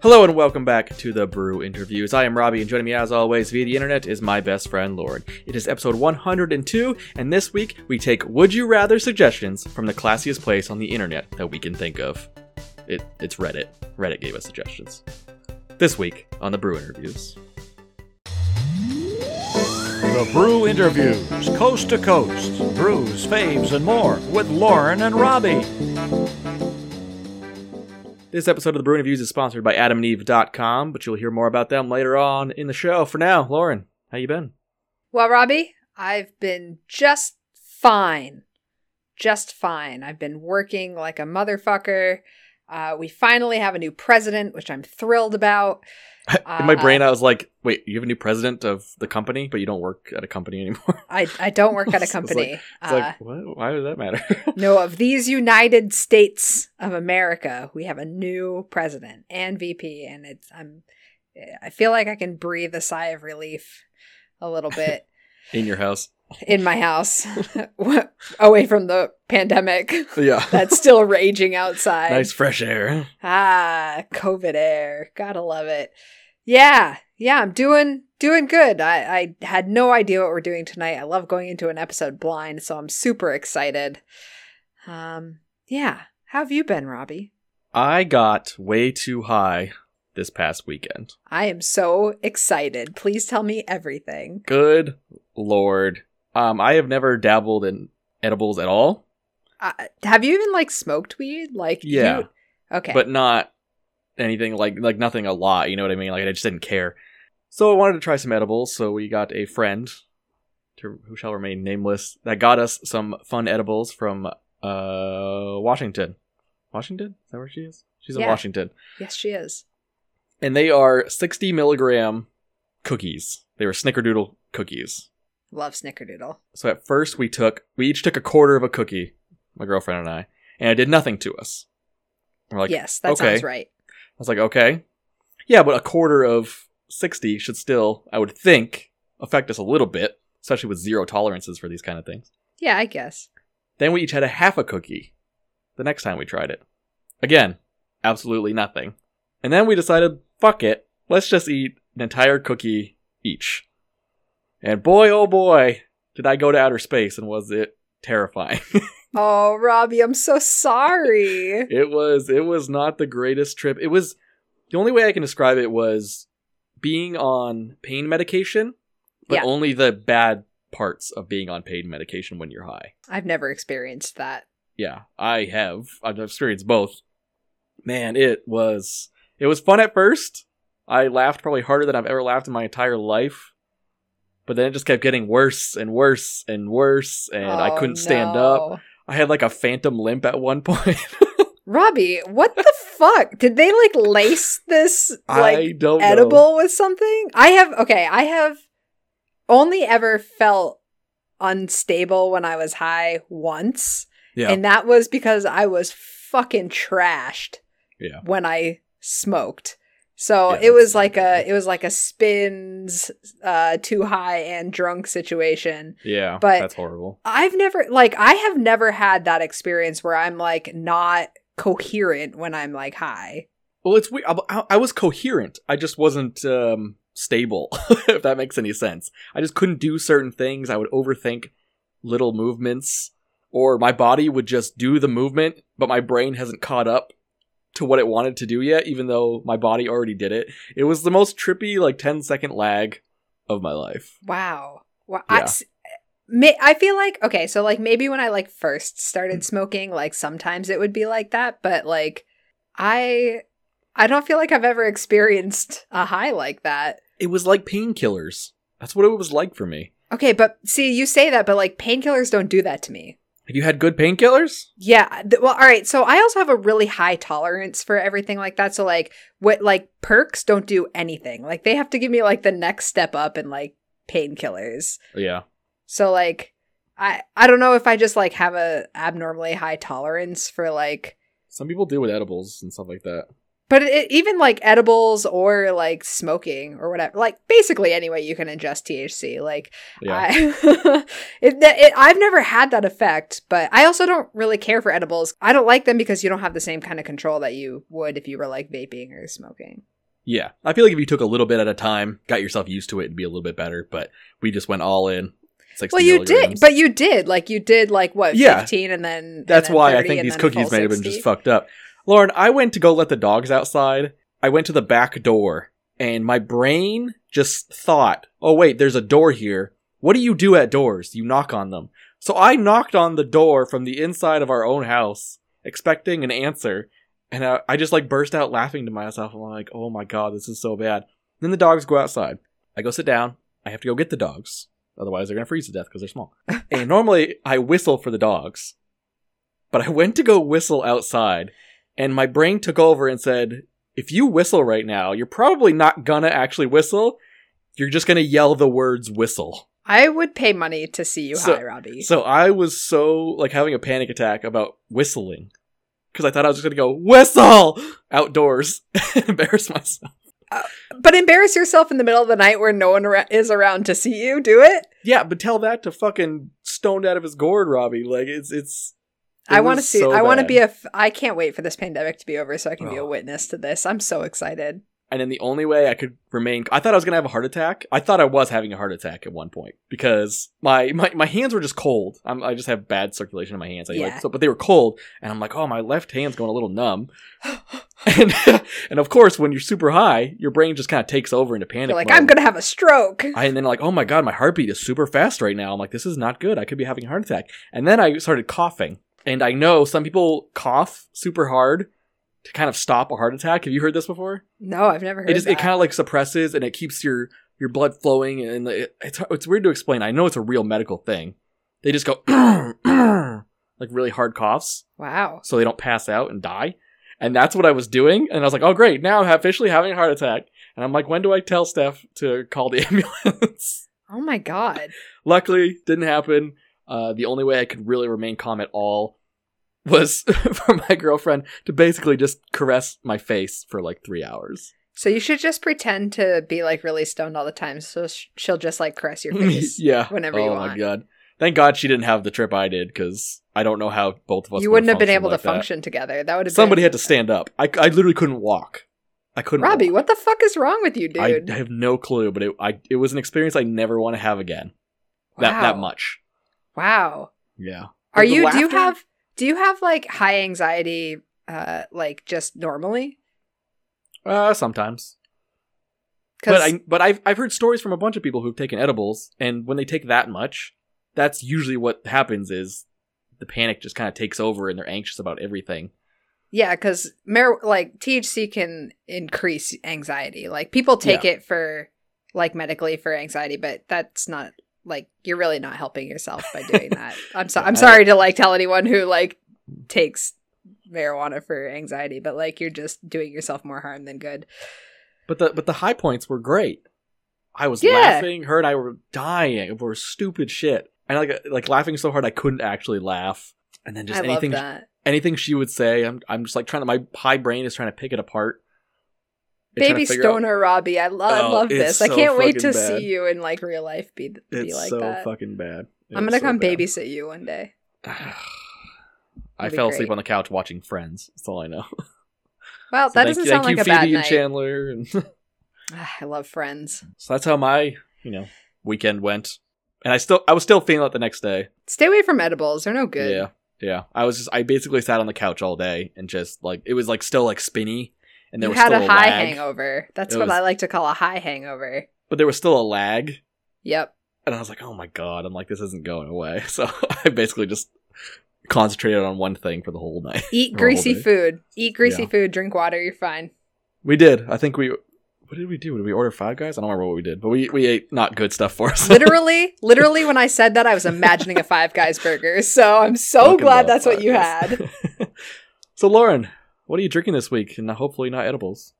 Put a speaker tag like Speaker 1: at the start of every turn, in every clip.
Speaker 1: Hello and welcome back to the Brew Interviews. I am Robbie, and joining me as always via the internet is my best friend Lauren. It is episode 102, and this week we take Would You Rather suggestions from the classiest place on the internet that we can think of. It, it's Reddit. Reddit gave us suggestions. This week on the Brew Interviews.
Speaker 2: The Brew Interviews, coast to coast, brews, faves, and more with Lauren and Robbie.
Speaker 1: This episode of the Brew Interviews is sponsored by adamandeve.com, but you'll hear more about them later on in the show. For now, Lauren, how you been?
Speaker 3: Well, Robbie, I've been just fine. Just fine. I've been working like a motherfucker. Uh, we finally have a new president, which I'm thrilled about.
Speaker 1: in my
Speaker 3: Uh,
Speaker 1: brain, I was like, wait, you have a new president of the company, but you don't work at a company anymore.
Speaker 3: I, I don't work at a
Speaker 1: It's like-
Speaker 3: company.
Speaker 1: It's
Speaker 3: uh,
Speaker 1: like, what? why does that matter?
Speaker 3: no, of these United States of America, we have a new president and VP, and it's I'm I feel like I can breathe a sigh of relief a little bit
Speaker 1: in your house.
Speaker 3: in my house, away from the pandemic
Speaker 1: Yeah.
Speaker 3: that's still raging outside.
Speaker 1: nice fresh air.
Speaker 3: Ah, COVID air. Gotta love it. Yeah, yeah, I'm doing doing good. I, I had no idea what we're doing tonight. I love going into an episode blind, so I'm super excited. Um, yeah. How have you been, Robbie?
Speaker 1: I got way too high this past weekend.
Speaker 3: I am so excited. Please tell me everything.
Speaker 1: Good lord. Um, I have never dabbled in edibles at all.
Speaker 3: Uh, have you even like smoked weed? Like, you-
Speaker 1: Yeah.
Speaker 3: okay.
Speaker 1: but not anything like like nothing a lot. You know what I mean? Like I just didn't care. So I wanted to try some edibles. So we got a friend, to, who shall remain nameless, that got us some fun edibles from uh Washington. Washington? Is that where she is? She's in
Speaker 3: Yeah.
Speaker 1: Washington,
Speaker 3: yes, she is.
Speaker 1: and they are sixty milligram cookies. They were snickerdoodle cookies.
Speaker 3: Love snickerdoodle.
Speaker 1: So at first we took we each took a quarter of a cookie, my girlfriend and I, and it did nothing to us. We're like,
Speaker 3: yes, that
Speaker 1: okay.
Speaker 3: sounds right.
Speaker 1: I was like, okay. Yeah, but a quarter of 60 should still, I would think, affect us a little bit, especially with zero tolerances for these kind of things.
Speaker 3: Yeah, I guess.
Speaker 1: Then we each had a half a cookie the next time we tried it. Again, absolutely nothing. And then we decided, fuck it, let's just eat an entire cookie each. And boy, oh boy, did I go to outer space and was it terrifying.
Speaker 3: Oh, Robbie, I'm so sorry.
Speaker 1: it was it was not the greatest trip it was the only way i can describe it was being on pain medication but
Speaker 3: Yeah.
Speaker 1: only the bad parts of being on pain medication when you're high
Speaker 3: I've never experienced that.
Speaker 1: yeah i have i've experienced both man it was it was fun at first i laughed probably harder than i've ever laughed in my entire life but then it just kept getting worse and worse and worse and i
Speaker 3: Oh,
Speaker 1: couldn't stand up
Speaker 3: no.
Speaker 1: i had like a phantom limp at one point
Speaker 3: Robbie, what the fuck? Did they like lace this
Speaker 1: i
Speaker 3: like
Speaker 1: don't know.
Speaker 3: edible with something? I have okay, I have only ever felt unstable when I was high once,
Speaker 1: yeah
Speaker 3: and that was because I was fucking trashed
Speaker 1: Yeah.
Speaker 3: when I smoked. So
Speaker 1: Yeah,
Speaker 3: it was
Speaker 1: that's-
Speaker 3: like a it was like a spins uh too high and drunk situation.
Speaker 1: Yeah,
Speaker 3: But-
Speaker 1: that's horrible.
Speaker 3: I've never like I have never had that experience where I'm like not coherent when I'm like high.
Speaker 1: Well, it's weird. I- I, I was coherent. I just wasn't um, stable, if that makes any sense. I just couldn't do certain things. I would overthink little movements, or my body would just do the movement, but my brain hasn't caught up to what it wanted to do yet, even though my body already did it. It was the most trippy, like 10 second lag of my life.
Speaker 3: Wow. Wow.
Speaker 1: Yeah.
Speaker 3: I, s- may, I feel like okay, so like maybe when I like first started smoking, like sometimes it would be like that, but like I I don't feel like I've ever experienced a high like that.
Speaker 1: It was like painkillers. That's what it was like for me.
Speaker 3: Okay, but see, you say that, but like painkillers don't do that to me.
Speaker 1: Have you had good painkillers?
Speaker 3: Yeah. th- well, all right. So I also have a really high tolerance for everything like that. So like what like perks don't do anything. Like they have to give me like the next step up and like painkillers.
Speaker 1: Yeah.
Speaker 3: So like I I don't know if I just like have a abnormally high tolerance for like
Speaker 1: Some people do with edibles and stuff like that.
Speaker 3: But it, it- even like edibles or like smoking or whatever, like basically any way you can ingest THC, like
Speaker 1: Yeah.
Speaker 3: I, it, that- it, I've never had that effect, but I also don't really care for edibles. I don't like them because you don't have the same kind of control that you would if you were like vaping or smoking.
Speaker 1: yeah. I feel like if you took a little bit at a time, got yourself used to it, it'd be a little bit better. But we just went all in. 60
Speaker 3: well, you
Speaker 1: milligrams.
Speaker 3: did, but you did like you did like what
Speaker 1: Yeah.
Speaker 3: fifteen and then and
Speaker 1: That's
Speaker 3: then
Speaker 1: why I
Speaker 3: 30,
Speaker 1: think
Speaker 3: and
Speaker 1: these
Speaker 3: then a full
Speaker 1: cookies may have been
Speaker 3: 60.
Speaker 1: just fucked up. Lauren, I went to go let the dogs outside. I went to the back door, and my brain just thought, oh, wait, there's a door here. What do you do at doors? You knock on them. So I knocked on the door from the inside of our own house, expecting an answer. And I, I just like burst out laughing to myself. I'm like, oh my God, this is so bad. Then the dogs go outside. I go sit down. I have to go get the dogs. Otherwise, they're going to freeze to death because they're small. and normally I whistle for the dogs but I went to go whistle outside, and my brain took over and said, If you whistle right now, you're probably not gonna actually whistle. You're just gonna yell the words whistle.
Speaker 3: I would pay money to see you
Speaker 1: So-
Speaker 3: high, Robbie.
Speaker 1: So I was so like having a panic attack about whistling because I thought I was just gonna go whistle outdoors and embarrass myself.
Speaker 3: but embarrass yourself in the middle of the night where no one ar- is around to see you do it.
Speaker 1: Yeah, but tell that to fucking stoned out of his gourd, Robbie. Like it's it's. it
Speaker 3: I want to
Speaker 1: was
Speaker 3: see.
Speaker 1: so
Speaker 3: I want to
Speaker 1: bad.
Speaker 3: be a. F- I can't wait for this pandemic to be over so I can be a
Speaker 1: Oh.
Speaker 3: witness to this. I'm so excited.
Speaker 1: and then the only way I could remain I thought I was gonna have a heart attack. I thought I was having a heart attack at one point because my my, my hands were just cold. I'm, I just have bad circulation in my hands. Anyway.
Speaker 3: Yeah.
Speaker 1: So, but they were cold, and I'm like, oh, my left hand's going a little numb. and and of course, when you're super high, your brain just kind of takes over into panic.
Speaker 3: You're like
Speaker 1: mode.
Speaker 3: I'm gonna have a stroke.
Speaker 1: I, and then like, oh my god, my heartbeat is super fast right now. I'm like, this is not good. I could be having a heart attack. And then I started coughing. And I know some people cough super hard to kind of stop a heart attack. Have you heard this before?
Speaker 3: No, I've never heard.
Speaker 1: it just
Speaker 3: that.
Speaker 1: it kind of like suppresses and it keeps your your blood flowing and it, it's it's weird to explain. I know it's a real medical thing. They just go like really hard coughs
Speaker 3: wow.
Speaker 1: so they don't pass out and die. And that's what I was doing. And I was like, oh great, now I'm officially having a heart attack. And I'm like, when do I tell Steph to call the ambulance?
Speaker 3: Oh my god.
Speaker 1: Luckily, didn't happen. Uh, the only way I could really remain calm at all was for my girlfriend to basically just caress my face for like three hours.
Speaker 3: So you should just pretend to be like really stoned all the time. So sh- she'll just like caress your face.
Speaker 1: yeah.
Speaker 3: whenever
Speaker 1: oh
Speaker 3: you
Speaker 1: my
Speaker 3: want.
Speaker 1: god. Thank God she didn't have the trip I did because I don't know how both of us
Speaker 3: you
Speaker 1: would've
Speaker 3: wouldn't have been
Speaker 1: functioned
Speaker 3: able
Speaker 1: like
Speaker 3: to
Speaker 1: that.
Speaker 3: function together. That would have
Speaker 1: Somebody
Speaker 3: been...
Speaker 1: had to stand up. I, I literally couldn't walk. I couldn't.
Speaker 3: Robbie,
Speaker 1: walk.
Speaker 3: what the fuck is wrong with you,
Speaker 1: I,
Speaker 3: dude?
Speaker 1: I have no clue, but it I it was an experience I never want to have again. That that
Speaker 3: Wow.
Speaker 1: much.
Speaker 3: Wow.
Speaker 1: Yeah.
Speaker 3: Are
Speaker 1: Like, the
Speaker 3: you? Do you
Speaker 1: laughter-
Speaker 3: have? Do you have like high anxiety? Uh, like just normally?
Speaker 1: Uh, sometimes. But I but I've I've heard stories from a bunch of people who've taken edibles, and when they take that much, that's usually what happens is the panic just kind of takes over, and they're anxious about everything.
Speaker 3: Yeah, because mar- like THC can increase anxiety. Like people take it for like medically for anxiety, but that's not like you're really not helping yourself by doing that. I'm so I'm
Speaker 1: I-
Speaker 3: sorry to like tell anyone who like takes marijuana for anxiety, but like you're just doing yourself more harm than good.
Speaker 1: But the but the high points were great. I was
Speaker 3: Yeah.
Speaker 1: laughing. Her and I were dying over stupid shit, and like like laughing so hard I couldn't actually laugh. And then just
Speaker 3: I love
Speaker 1: anything
Speaker 3: that.
Speaker 1: anything she would say, I'm I'm just like trying to my high brain is trying to pick it apart. It's trying
Speaker 3: Baby
Speaker 1: to figure out-
Speaker 3: Stoner Robbie, I, lo- I
Speaker 1: Oh,
Speaker 3: love
Speaker 1: it's
Speaker 3: this. I
Speaker 1: so
Speaker 3: can't wait to
Speaker 1: fucking bad.
Speaker 3: see you in like real life be, be
Speaker 1: It's
Speaker 3: like
Speaker 1: so
Speaker 3: that.
Speaker 1: fucking bad. It
Speaker 3: I'm
Speaker 1: was
Speaker 3: gonna
Speaker 1: so
Speaker 3: come
Speaker 1: bad.
Speaker 3: babysit you one day.
Speaker 1: I
Speaker 3: That'd be
Speaker 1: fell asleep
Speaker 3: great.
Speaker 1: on the couch watching Friends. That's all I know.
Speaker 3: Well,
Speaker 1: So
Speaker 3: that
Speaker 1: thank
Speaker 3: doesn't
Speaker 1: you-
Speaker 3: sound
Speaker 1: thank
Speaker 3: like a
Speaker 1: you,
Speaker 3: bad
Speaker 1: Phoebe and
Speaker 3: night.
Speaker 1: Chandler. And
Speaker 3: I love friends.
Speaker 1: so that's how my you know weekend went, and I still I was still feeling it the next day.
Speaker 3: Stay away from edibles. They're no good.
Speaker 1: Yeah, yeah. I was just I basically sat on the couch all day and just like it was like still like spinny, and there
Speaker 3: you
Speaker 1: was
Speaker 3: had
Speaker 1: still
Speaker 3: a high
Speaker 1: lag,
Speaker 3: hangover. That's
Speaker 1: It
Speaker 3: what
Speaker 1: was-
Speaker 3: I like to call a high hangover.
Speaker 1: but there was still a lag,
Speaker 3: Yep.
Speaker 1: and I was like, oh my god, I'm like this isn't going away. So I basically just concentrated on one thing for the whole night.
Speaker 3: Eat
Speaker 1: Horrible
Speaker 3: greasy
Speaker 1: day.
Speaker 3: food. Eat greasy
Speaker 1: Yeah.
Speaker 3: food. Drink water. You're fine.
Speaker 1: We did. I think we. What did we do? Did we order Five Guys? I don't remember what we did, but we we ate not good stuff for us.
Speaker 3: Literally, literally, when I said that, I was imagining a Five Guys burger. So I'm so
Speaker 1: Fucking love
Speaker 3: glad that's what you
Speaker 1: Five
Speaker 3: had.
Speaker 1: Guys. so, Lauren, what are you drinking this week? And hopefully not edibles.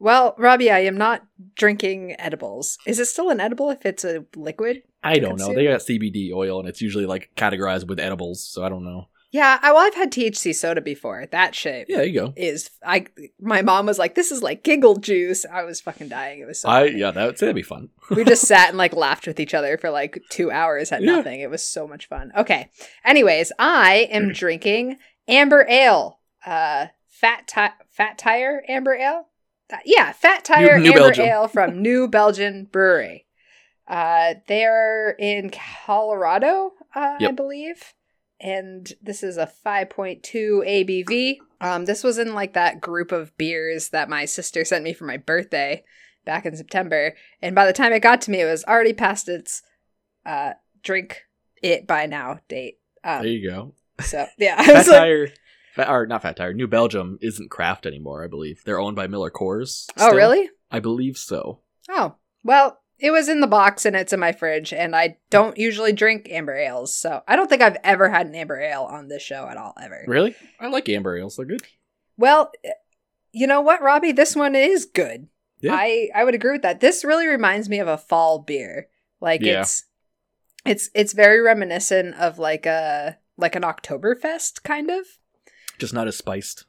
Speaker 3: Well, Robbie, I am not drinking edibles. Is it still an edible if it's a liquid?
Speaker 1: I
Speaker 3: don't
Speaker 1: don't
Speaker 3: know.
Speaker 1: know. They got CBD oil, and it's usually like categorized with edibles, so I don't know.
Speaker 3: Yeah, I well, I've had THC soda before. That shape
Speaker 1: Yeah, there you go.
Speaker 3: is I. My mom was like, "This is like giggle juice." I was fucking dying. It was so.
Speaker 1: I
Speaker 3: funny.
Speaker 1: yeah, that's that'd be fun.
Speaker 3: we just sat and like laughed with each other for like two hours at
Speaker 1: Yeah.
Speaker 3: nothing. It was so much fun. Okay. Anyways, I am drinking amber ale. Uh, fat tire, fat tire amber ale. Uh, yeah, fat tire
Speaker 1: New- New
Speaker 3: amber
Speaker 1: Belgium.
Speaker 3: ale from New Belgian Brewery. Uh, they're in Colorado, uh, I
Speaker 1: Yep.
Speaker 3: believe, and this is a 5.2 ABV. Um, this was in like that group of beers that my sister sent me for my birthday back in September, and by the time it got to me, it was already past its uh, drink it by now date.
Speaker 1: There
Speaker 3: Um,
Speaker 1: you go.
Speaker 3: so yeah, I
Speaker 1: Fat
Speaker 3: was like,
Speaker 1: Tire, Fat- or not Fat Tire. New Belgium isn't Kraft anymore, I believe. They're owned by Miller Coors.
Speaker 3: oh
Speaker 1: still.
Speaker 3: really?
Speaker 1: I believe so.
Speaker 3: Oh, well, it was in the box and it's in my fridge, and I don't usually drink amber ales, so I don't think I've ever had an amber ale on this show at all, ever.
Speaker 1: Really? I like amber ales. They're good.
Speaker 3: Well, you know what, Robbie? This one is good.
Speaker 1: Yeah.
Speaker 3: I, I would agree with that. This really reminds me of a fall beer. Like
Speaker 1: Yeah.
Speaker 3: it's it's it's very reminiscent of like a like an Oktoberfest kind of.
Speaker 1: Just not as spiced.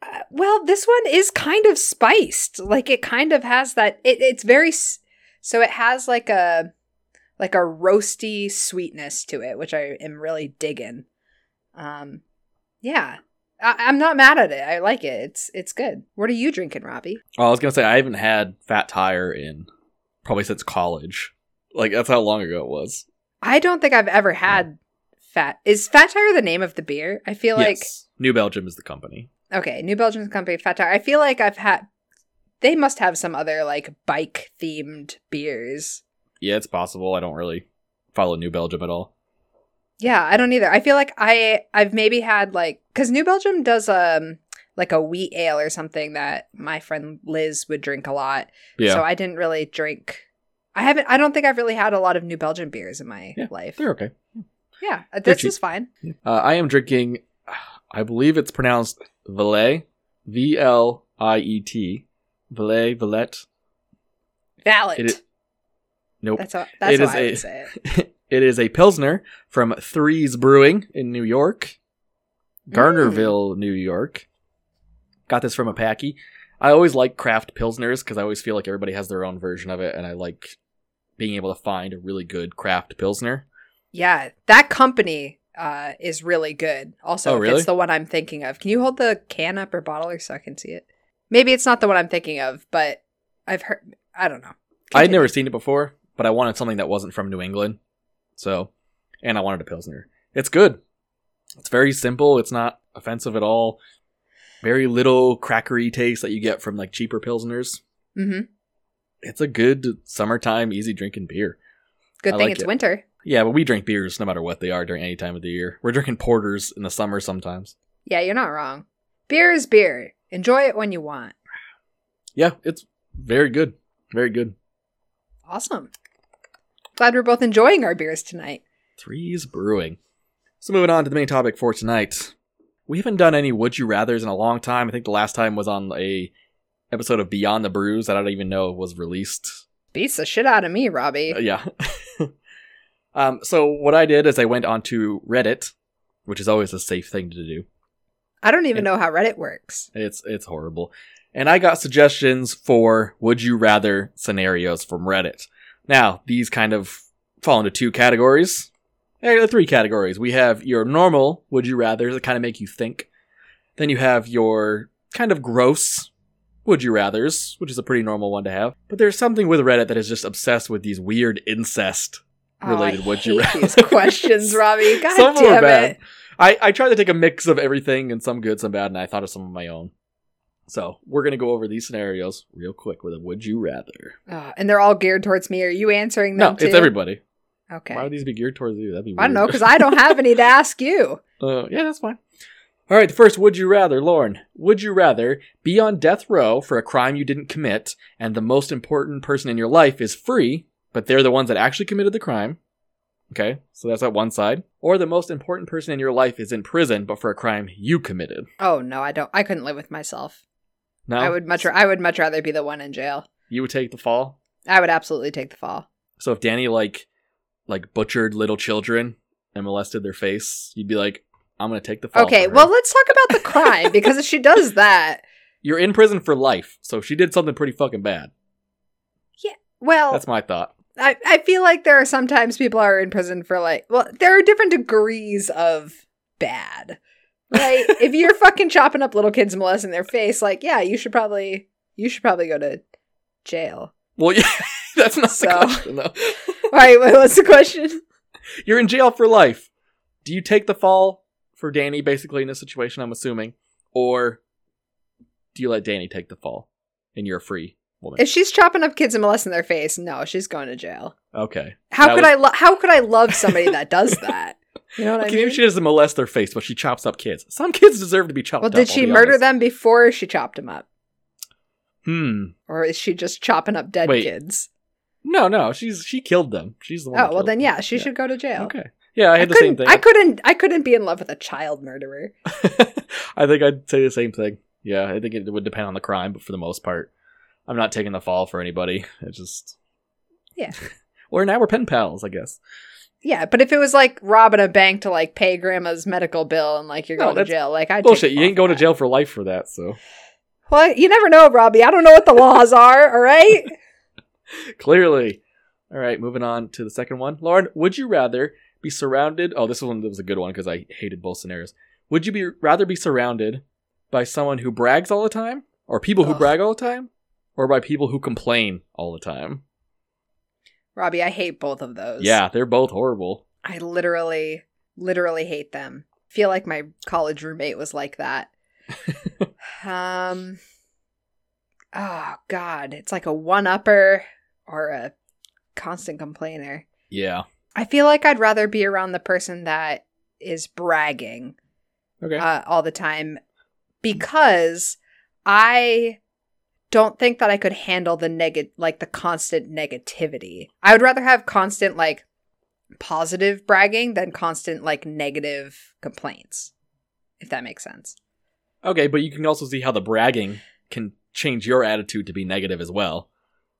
Speaker 3: Uh, well, this one is kind of spiced. Like it kind of has that. It, it's very s- so it has like a like a roasty sweetness to it, which I am really digging. Um, yeah, I, I'm not mad at it. I like it. It's it's good. What are you drinking, Robbie?
Speaker 1: Oh, I was gonna say I haven't had Fat Tire in probably since college. Like that's how long ago it was.
Speaker 3: I don't think I've ever had fat. Is Fat Tire the name of the beer? I feel like
Speaker 1: yes. New Belgium is the company.
Speaker 3: Okay, New Belgian Company Fat Tire. I feel like I've had. They must have some other like bike themed beers.
Speaker 1: Yeah, it's possible. I don't really follow New Belgium at all.
Speaker 3: Yeah, I don't either. I feel like I I've maybe had like because New Belgium does um like a wheat ale or something that my friend Liz would drink a lot.
Speaker 1: Yeah,
Speaker 3: So I didn't really drink. I haven't. I don't think I've really had a lot of New Belgian beers in my
Speaker 1: Yeah,
Speaker 3: life.
Speaker 1: they're okay.
Speaker 3: Yeah, uh, this
Speaker 1: cheap.
Speaker 3: is fine.
Speaker 1: Uh, I am drinking. I believe it's pronounced Valet, V L I E T, Valet, Valette.
Speaker 3: Valid.
Speaker 1: It is- Nope.
Speaker 3: that's how, that's
Speaker 1: it
Speaker 3: how
Speaker 1: is
Speaker 3: I would
Speaker 1: a-
Speaker 3: say it.
Speaker 1: it is a pilsner from Threes Brewing in New York, Garnerville, New York. Got this from a packy. I always like craft pilsners because I always feel like everybody has their own version of it, and I like being able to find a really good craft pilsner.
Speaker 3: Yeah, that company uh, is really good. Also,
Speaker 1: Oh,
Speaker 3: if
Speaker 1: really?
Speaker 3: it's the one I'm thinking of. Can you hold the can up or bottle or so I can see it? Maybe it's not the one I'm thinking of, but I've heard. I don't know.
Speaker 1: I had
Speaker 3: Continue.
Speaker 1: never seen it before, but I wanted something that wasn't from New England, so and I wanted a pilsner. It's good. It's very simple. It's not offensive at all. Very little crackery taste that you get from like cheaper pilsners.
Speaker 3: Mm-hmm.
Speaker 1: it's a good summertime easy drinking beer.
Speaker 3: Good
Speaker 1: I
Speaker 3: thing
Speaker 1: like
Speaker 3: it's
Speaker 1: it.
Speaker 3: winter.
Speaker 1: Yeah, but we drink beers no matter what they are during any time of the year. We're drinking porters in the summer sometimes.
Speaker 3: Yeah, you're not wrong. Beer is beer. Enjoy it when you want.
Speaker 1: Yeah, it's very good. Very good.
Speaker 3: Awesome. Glad we're both enjoying our beers tonight.
Speaker 1: Threes Brewing. So moving on to the main topic for tonight. We haven't done any would you rather's in a long time. I think the last time was on a episode of Beyond the Brews that I don't even know was released
Speaker 3: Beats the shit out of me, Robbie.
Speaker 1: Uh, yeah. um, so what I did is I went onto Reddit, which is always a safe thing to do.
Speaker 3: I don't even
Speaker 1: yeah.
Speaker 3: know how Reddit works.
Speaker 1: It's it's horrible. And I got suggestions for would you rather scenarios from Reddit. Now, these kind of fall into two categories. Eh, the three categories. We have your normal would you rather that kind of make you think. Then you have your kind of gross would you rathers, which is a pretty normal one to have. But there's something with Reddit that is just obsessed with these weird incest Related,
Speaker 3: oh, I
Speaker 1: would you
Speaker 3: hate these
Speaker 1: rather?
Speaker 3: questions, Robbie. God
Speaker 1: some of them are
Speaker 3: damn
Speaker 1: bad.
Speaker 3: it.
Speaker 1: I, I tried to take a mix of everything and some good, some bad, and I thought of some of my own. So we're gonna go over these scenarios real quick with a would you rather.
Speaker 3: Uh, and they're all geared towards me. Are you answering
Speaker 1: No,
Speaker 3: them?
Speaker 1: it's
Speaker 3: too?
Speaker 1: everybody.
Speaker 3: Okay.
Speaker 1: Why would these be geared towards you? That'd be weird.
Speaker 3: I don't know because I don't have any to ask you.
Speaker 1: Uh, yeah, that's fine. All right, the first would you rather, Lauren? Would you rather be on death row for a crime you didn't commit, and the most important person in your life is free, but they're the ones that actually committed the crime? Okay, so that's at one side. Or the most important person in your life is in prison, but for a crime you committed.
Speaker 3: Oh no, I don't. I couldn't live with myself.
Speaker 1: No,
Speaker 3: I would much. I would much rather be the one in jail.
Speaker 1: you would take the fall.
Speaker 3: I would absolutely take the fall.
Speaker 1: So if Danny like like butchered little children and molested their face, you'd be like, I'm gonna take the fall.
Speaker 3: Okay,
Speaker 1: for her.
Speaker 3: well, let's talk about the crime because if she does that,
Speaker 1: you're in prison for life, so she did something pretty fucking bad.
Speaker 3: well,
Speaker 1: That's my thought.
Speaker 3: I, I feel like there are sometimes people are in prison for like, well, there are different degrees of bad, right? if you're fucking chopping up little kids, and molesting their face, like, yeah, you should probably, you should probably go to jail.
Speaker 1: Well, yeah, that's not
Speaker 3: So-
Speaker 1: the question though.
Speaker 3: All right, wait, what's the question?
Speaker 1: You're in jail for life. Do you take the fall for Danny, basically in this situation? I'm assuming, or do you let Danny take the fall and you're a free woman?
Speaker 3: If she's chopping up kids and molesting their face, no, she's going to jail.
Speaker 1: okay.
Speaker 3: How
Speaker 1: That
Speaker 3: could
Speaker 1: was-
Speaker 3: I? Lo- how could I love somebody that does that? You know what
Speaker 1: okay,
Speaker 3: I mean?
Speaker 1: maybe she doesn't molest their face, but she chops up kids. Some kids deserve to be chopped
Speaker 3: well,
Speaker 1: up.
Speaker 3: did
Speaker 1: I'll
Speaker 3: she
Speaker 1: be
Speaker 3: murder
Speaker 1: honest.
Speaker 3: them before she chopped them up,
Speaker 1: Hmm.
Speaker 3: or is she just chopping up dead
Speaker 1: Wait.
Speaker 3: kids?
Speaker 1: No, no, she's she killed them. She's the one. that
Speaker 3: Oh well,
Speaker 1: killed
Speaker 3: then
Speaker 1: them.
Speaker 3: yeah, she should go to jail.
Speaker 1: Okay. Yeah, I had the
Speaker 3: couldn't,
Speaker 1: same thing.
Speaker 3: I couldn't. I couldn't be in love with a child murderer.
Speaker 1: I think I'd say the same thing. Yeah, I think it would depend on the crime, but for the most part, I'm not taking the fall for anybody. It just
Speaker 3: Yeah.
Speaker 1: or now we're pen pals, I guess.
Speaker 3: Yeah, but if it was like robbing a bank to like pay grandma's medical bill and like you're
Speaker 1: No,
Speaker 3: going to
Speaker 1: that's
Speaker 3: jail, like I
Speaker 1: Bullshit, you ain't going to jail for life for that. So
Speaker 3: Well, you never know, Robbie. I don't know what the laws are. All right.
Speaker 1: clearly, all right. Moving on to the second one, Lauren. Would you rather be surrounded? Oh, this one was a good one because I hated both scenarios. Would you be rather be surrounded by someone who brags all the time, or people who
Speaker 3: Ugh.
Speaker 1: brag all the time, or by people who complain all the time?
Speaker 3: Robbie, I hate both of those.
Speaker 1: Yeah, they're both horrible.
Speaker 3: I literally, literally hate them. Feel like my college roommate was like that. um. Oh God, it's like a one-upper or a constant complainer.
Speaker 1: Yeah.
Speaker 3: I feel like I'd rather be around the person that is bragging
Speaker 1: Okay.
Speaker 3: uh, all the time because I don't think that I could handle the negative, like the constant negativity. I would rather have constant, like, positive bragging than constant, like, negative complaints, if that makes sense.
Speaker 1: Okay, but you can also see how the bragging can change your attitude to be negative as well.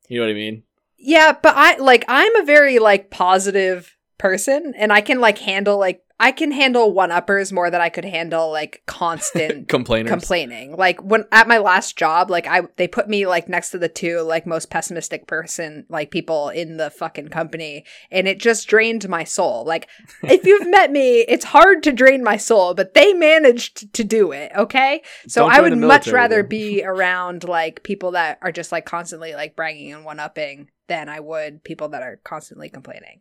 Speaker 1: You know what I mean?
Speaker 3: Yeah, but I like I'm a very like positive person and I can like handle like I can handle one uppers more than I could handle like constant
Speaker 1: Complainers.
Speaker 3: complaining. Like when at my last job, like I they put me like next to the two like most pessimistic person like people in the fucking company and it just drained my soul. Like if you've met me, it's hard to drain my soul, but they managed to do it, okay? So
Speaker 1: Don't
Speaker 3: I
Speaker 1: join
Speaker 3: would
Speaker 1: the
Speaker 3: much
Speaker 1: military,
Speaker 3: rather
Speaker 1: though.
Speaker 3: be around like people that are just like constantly like bragging and one upping than I would people that are constantly complaining.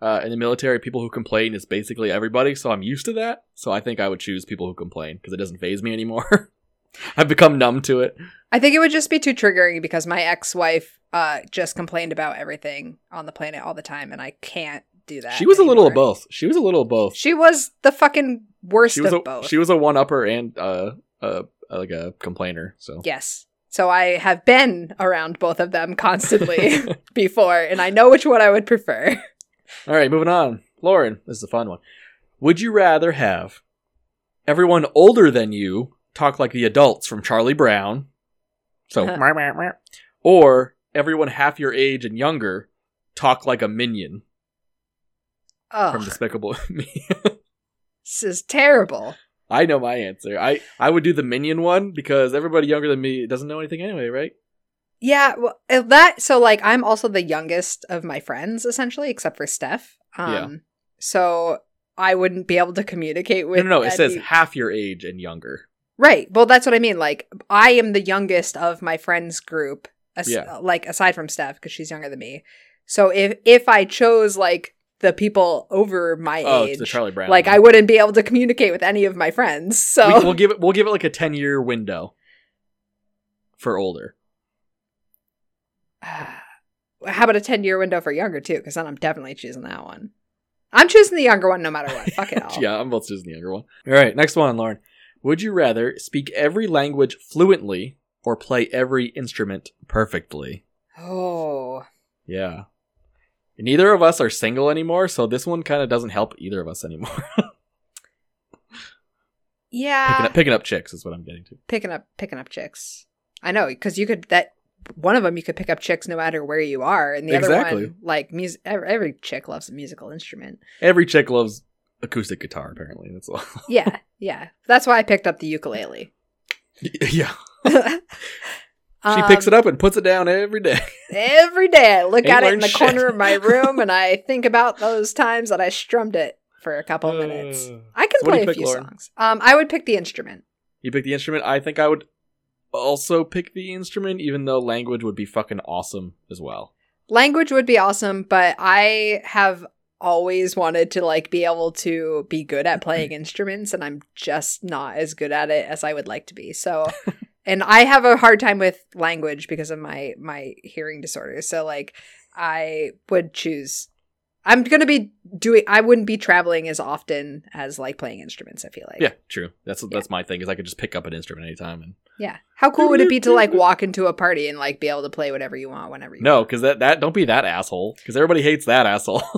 Speaker 1: uh, in the military, people who complain is basically everybody, so I'm used to that. So I think I would choose people who complain because it doesn't phase me anymore. I've become numb to it.
Speaker 3: I think it would just be too triggering because my ex-wife uh just complained about everything on the planet all the time and I can't do that.
Speaker 1: she was a little of
Speaker 3: anymore.
Speaker 1: both. She was a little of both.
Speaker 3: She was the fucking worst
Speaker 1: She was
Speaker 3: of
Speaker 1: a
Speaker 3: both.
Speaker 1: she was a one upper and uh uh like a complainer. So
Speaker 3: yes. So I have been around both of them constantly before and I know which one I would prefer.
Speaker 1: All right, moving on. Lauren, this is a fun one. Would you rather have everyone older than you talk like the adults from Charlie Brown? So,
Speaker 3: Uh-huh.
Speaker 1: "Meow, meow, meow," or everyone half your age and younger talk like a minion
Speaker 3: Oh,
Speaker 1: from Despicable Me?
Speaker 3: this is terrible.
Speaker 1: I know my answer. I, I would do the minion one because everybody younger than me doesn't know anything anyway, right?
Speaker 3: Yeah, well, uh, that so like I'm also the youngest of my friends essentially, except for Steph. Um,
Speaker 1: Yeah.
Speaker 3: So I wouldn't be able to communicate
Speaker 1: No,
Speaker 3: with.
Speaker 1: no, no. It
Speaker 3: any-
Speaker 1: says half your age and younger.
Speaker 3: right. Well, that's what I mean. Like I am the youngest of my friends group. As,
Speaker 1: Yeah.
Speaker 3: Like aside from Steph, because she's younger than me. So if if I chose like the people over my
Speaker 1: Oh,
Speaker 3: age,
Speaker 1: it's the Charlie Brown.
Speaker 3: like I wouldn't be able to communicate with any of my friends. So
Speaker 1: we, we'll give it. We'll give it like a ten year window for older.
Speaker 3: how about a 10 year window for younger too because then i'm definitely choosing that one i'm choosing the younger one no matter what fuck it all
Speaker 1: yeah, I'm both choosing the younger one. All right, next one, Lauren. Would you rather speak every language fluently or play every instrument perfectly?
Speaker 3: oh
Speaker 1: Yeah. Neither of us are single anymore, so this one kind of doesn't help either of us anymore.
Speaker 3: yeah
Speaker 1: picking,
Speaker 3: Uh,
Speaker 1: up, picking up chicks is what I'm getting to.
Speaker 3: picking up picking up chicks i know because you could that one of them you could pick up chicks no matter where you are and the
Speaker 1: Exactly.
Speaker 3: other one like music every, every chick loves a musical instrument
Speaker 1: Every chick loves acoustic guitar. Apparently, that's all.
Speaker 3: yeah, yeah. That's why I picked up the ukulele.
Speaker 1: yeah, she picks it up and puts it down every day.
Speaker 3: Um, every day. I look
Speaker 1: Ain't
Speaker 3: at it in
Speaker 1: learned
Speaker 3: the
Speaker 1: shit.
Speaker 3: corner of my room, and I think about those times that I strummed it for a couple
Speaker 1: Uh,
Speaker 3: minutes. I can
Speaker 1: so what do
Speaker 3: play
Speaker 1: you
Speaker 3: a
Speaker 1: pick,
Speaker 3: few
Speaker 1: Lauren?
Speaker 3: songs. Um, I would pick the instrument.
Speaker 1: You pick the instrument. I think I would also pick the instrument, even though language would be fucking awesome as well.
Speaker 3: Language would be awesome, but I have always wanted to like be able to be good at playing instruments and I'm just not as good at it as I would like to be. So and I have a hard time with language because of my my hearing disorder. So like I would choose I'm going to be doing I wouldn't be traveling as often as like playing instruments, I feel like.
Speaker 1: Yeah, true. That's that's my thing is I could just pick up an instrument anytime and
Speaker 3: Yeah. How cool would it be to like walk into a party and like be able to play whatever you want whenever you want?
Speaker 1: no, because that that don't be that asshole because everybody hates that asshole.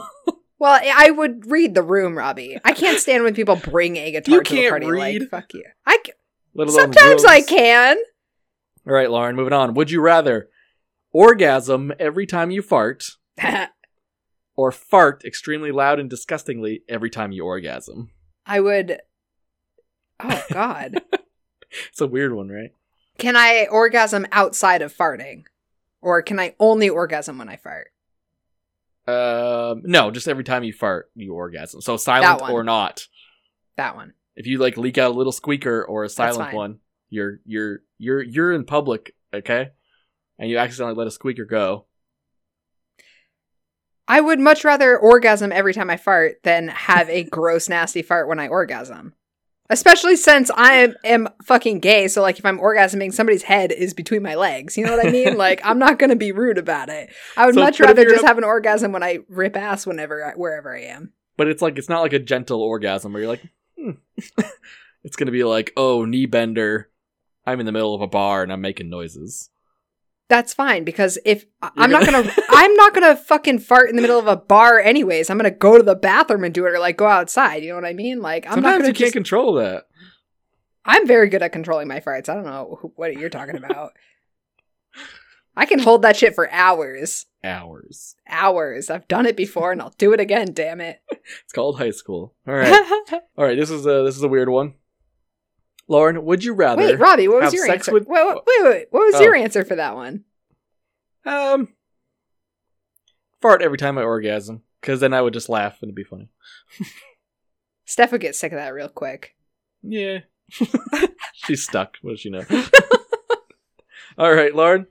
Speaker 3: Well, I I would read the room, Robbie. I can't stand when people bring a guitar
Speaker 1: You
Speaker 3: to a
Speaker 1: can't
Speaker 3: party. Like,
Speaker 1: read.
Speaker 3: fuck you. I c-
Speaker 1: Let alone
Speaker 3: sometimes I
Speaker 1: rules.
Speaker 3: can.
Speaker 1: All right, Lauren. Moving on. Would you rather orgasm every time you fart or fart extremely loud and disgustingly every time you orgasm?
Speaker 3: I would. Oh God!
Speaker 1: It's a weird one, right?
Speaker 3: can I orgasm outside of farting, or can I only orgasm when I fart?
Speaker 1: Um, no, just every time you fart, you orgasm. So
Speaker 3: That
Speaker 1: silent
Speaker 3: one.
Speaker 1: or not.
Speaker 3: That one.
Speaker 1: If you like leak out a little squeaker or a silent
Speaker 3: fine.
Speaker 1: one, you're you're you're you're in public, okay? And you accidentally let a squeaker go.
Speaker 3: I would much rather orgasm every time I fart than have a gross, nasty fart when I orgasm. Especially since I am, am fucking gay, so like if I'm orgasming, somebody's head is between my legs. You know what I mean? Like I'm not gonna be rude about it. I would
Speaker 1: So,
Speaker 3: much
Speaker 1: but if
Speaker 3: rather
Speaker 1: you're
Speaker 3: just
Speaker 1: a-
Speaker 3: have an orgasm when I rip ass whenever I, wherever I am.
Speaker 1: But it's like it's not like a gentle orgasm where you're like, hmm. it's gonna be like, oh, knee bender. I'm in the middle of a bar and I'm making noises.
Speaker 3: That's fine because if I-
Speaker 1: You're
Speaker 3: I'm not gonna, I'm not gonna fucking fart in the middle of a bar anyways. I'm gonna go to the bathroom and do it, or like go outside. You know what I mean? Like I'm not
Speaker 1: Sometimes
Speaker 3: gonna
Speaker 1: you can't
Speaker 3: just-
Speaker 1: control that.
Speaker 3: I'm very good at controlling my farts. I don't know wh- what you're talking about. I can hold that shit for hours.
Speaker 1: Hours.
Speaker 3: Hours. I've done it before and I'll do it again, damn it.
Speaker 1: It's called high school. All right, all right. This is a this is a weird one. Lauren, would you rather?
Speaker 3: wait, Robbie, what was
Speaker 1: have
Speaker 3: your
Speaker 1: sex
Speaker 3: answer?
Speaker 1: with-
Speaker 3: wait, wait, wait, wait. What was
Speaker 1: Oh.
Speaker 3: your answer for that one?
Speaker 1: Um, fart every time I orgasm, because then I would just laugh and it'd be funny.
Speaker 3: Steph would get sick of that real quick.
Speaker 1: Yeah, she's stuck. What does she know? All right, Lauren,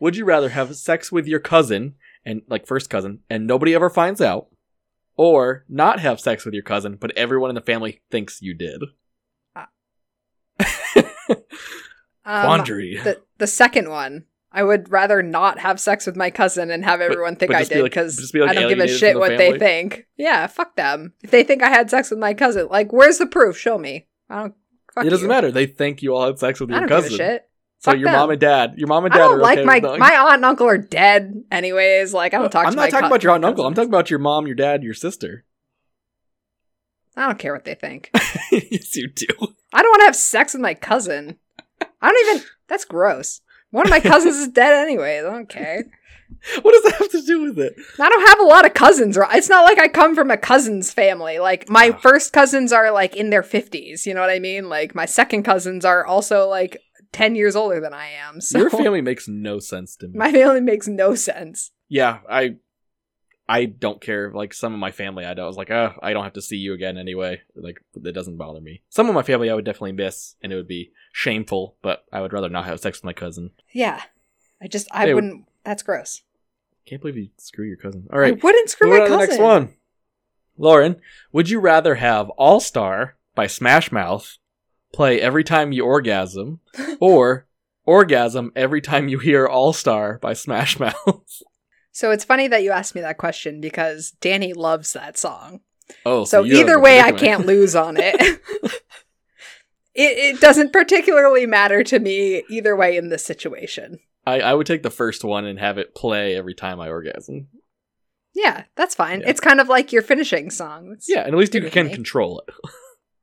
Speaker 1: would you rather have sex with your cousin and like first cousin, and nobody ever finds out, or not have sex with your cousin, but everyone in the family thinks you did?
Speaker 3: Um,
Speaker 1: Quandary.
Speaker 3: The, the second one. I would rather not have sex with my cousin and have everyone think
Speaker 1: but
Speaker 3: I
Speaker 1: just be
Speaker 3: did
Speaker 1: like-
Speaker 3: because
Speaker 1: just be like
Speaker 3: I don't give a
Speaker 1: alienated from
Speaker 3: shit
Speaker 1: the
Speaker 3: what they
Speaker 1: family?
Speaker 3: think. Yeah, fuck them. If they think I had sex with my cousin, like, where's the proof? Show me. I don't. Fuck
Speaker 1: it doesn't
Speaker 3: you.
Speaker 1: matter. They think you all had sex with
Speaker 3: I
Speaker 1: your
Speaker 3: don't
Speaker 1: cousin.
Speaker 3: give a shit.
Speaker 1: So
Speaker 3: Fuck
Speaker 1: your
Speaker 3: them.
Speaker 1: mom and dad, your mom and
Speaker 3: I
Speaker 1: dad
Speaker 3: don't
Speaker 1: are
Speaker 3: like
Speaker 1: okay
Speaker 3: my
Speaker 1: with knowing-
Speaker 3: my aunt and uncle are dead. Anyways, like I don't talk.
Speaker 1: I'm
Speaker 3: to
Speaker 1: not
Speaker 3: my
Speaker 1: talking
Speaker 3: co-
Speaker 1: about your aunt and uncle. I'm
Speaker 3: cousins.
Speaker 1: talking about your mom, your dad, your sister.
Speaker 3: I don't care what they think.
Speaker 1: yes, you do.
Speaker 3: I don't want to have sex with my cousin. I don't even. That's gross. One of my cousins is dead anyways. I don't care.
Speaker 1: What does that have to do with it?
Speaker 3: I don't have a lot of cousins. or- It's not like I come from a cousin's family. Like my
Speaker 1: Ugh.
Speaker 3: first cousins are like in their fifties. You know what I mean? Like my second cousins are also like ten years older than I am. So
Speaker 1: Your family makes no sense to me.
Speaker 3: my family makes no sense.
Speaker 1: yeah, I, I don't care. Like some of my family, I, don't- I was like, oh, I don't have to see you again anyway. Like that doesn't bother me. Some of my family I would definitely miss, and it would be shameful. But I would rather not have sex with my cousin.
Speaker 3: Yeah, I just I
Speaker 1: Hey,
Speaker 3: wouldn't. That's gross.
Speaker 1: Can't believe you screw your cousin. All right,
Speaker 3: I wouldn't screw
Speaker 1: Moving
Speaker 3: my
Speaker 1: on to
Speaker 3: cousin.
Speaker 1: the next one. Lauren, would you rather have All Star by Smash Mouth play every time you orgasm or orgasm every time you hear All Star by Smash Mouth?
Speaker 3: So it's funny that you asked me that question because Danny loves that song.
Speaker 1: Oh,
Speaker 3: So,
Speaker 1: you're in
Speaker 3: either
Speaker 1: the
Speaker 3: way, I
Speaker 1: predicament.
Speaker 3: can't lose on it. it. It doesn't particularly matter to me either way in this situation.
Speaker 1: I, I would take the first one and have it play every time I orgasm.
Speaker 3: Yeah, that's fine.
Speaker 1: Yeah.
Speaker 3: It's kind of like your finishing song. It's-
Speaker 1: Yeah, and at least you
Speaker 3: Good
Speaker 1: can
Speaker 3: with me.
Speaker 1: control it.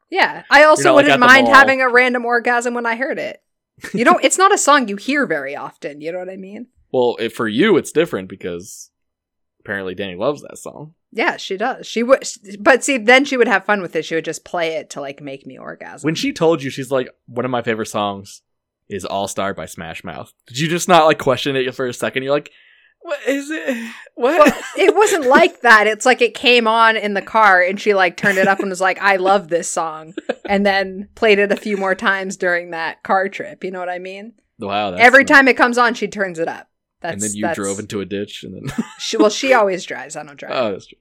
Speaker 3: Yeah. I also
Speaker 1: not, like,
Speaker 3: wouldn't
Speaker 1: at the
Speaker 3: mind
Speaker 1: mall.
Speaker 3: having a random orgasm when I heard it. You don't it's not a song you hear very often, you know what I mean?
Speaker 1: Well, if, for you, it's different because apparently Danny loves that song.
Speaker 3: Yeah, she does. She would, but see, then she would have fun with it. She would just play it to like make me orgasm.
Speaker 1: When she told you, she's like, one of my favorite songs is All Star by Smash Mouth. Did you just not like question it for a second? You're like, what is it? What?
Speaker 3: Well, it wasn't like that. It's like it came on in the car and she like turned it up and was like, I love this song. And then played it a few more times during that car trip. You know what I mean?
Speaker 1: wow. That's
Speaker 3: Every
Speaker 1: nice.
Speaker 3: time it comes on, she turns it up. That's,
Speaker 1: and then you
Speaker 3: that's-
Speaker 1: drove into a ditch, and then
Speaker 3: She, well, she always drives. I don't drive.
Speaker 1: oh, that's true.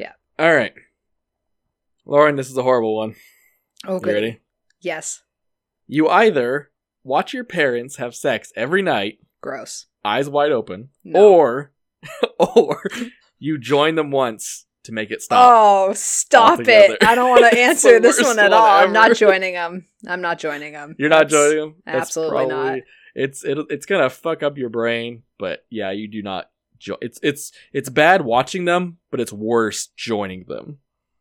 Speaker 3: Yeah.
Speaker 1: All right, Lauren, this is a horrible one.
Speaker 3: oh,
Speaker 1: You
Speaker 3: good.
Speaker 1: ready?
Speaker 3: Yes.
Speaker 1: You either watch your parents have sex every night,
Speaker 3: Gross.
Speaker 1: eyes wide open,
Speaker 3: No.
Speaker 1: or or you join them once to make it stop.
Speaker 3: Oh, stop
Speaker 1: Altogether.
Speaker 3: it. I don't want
Speaker 1: It's
Speaker 3: to
Speaker 1: the
Speaker 3: answer this
Speaker 1: worst
Speaker 3: one at
Speaker 1: one
Speaker 3: all. I'm
Speaker 1: ever.
Speaker 3: not joining them. I'm not joining them.
Speaker 1: You're not joining them.
Speaker 3: absolutely not.
Speaker 1: It's it, it's gonna fuck up your brain, but yeah, you do not. Jo- it's it's it's bad watching them, but it's worse joining them.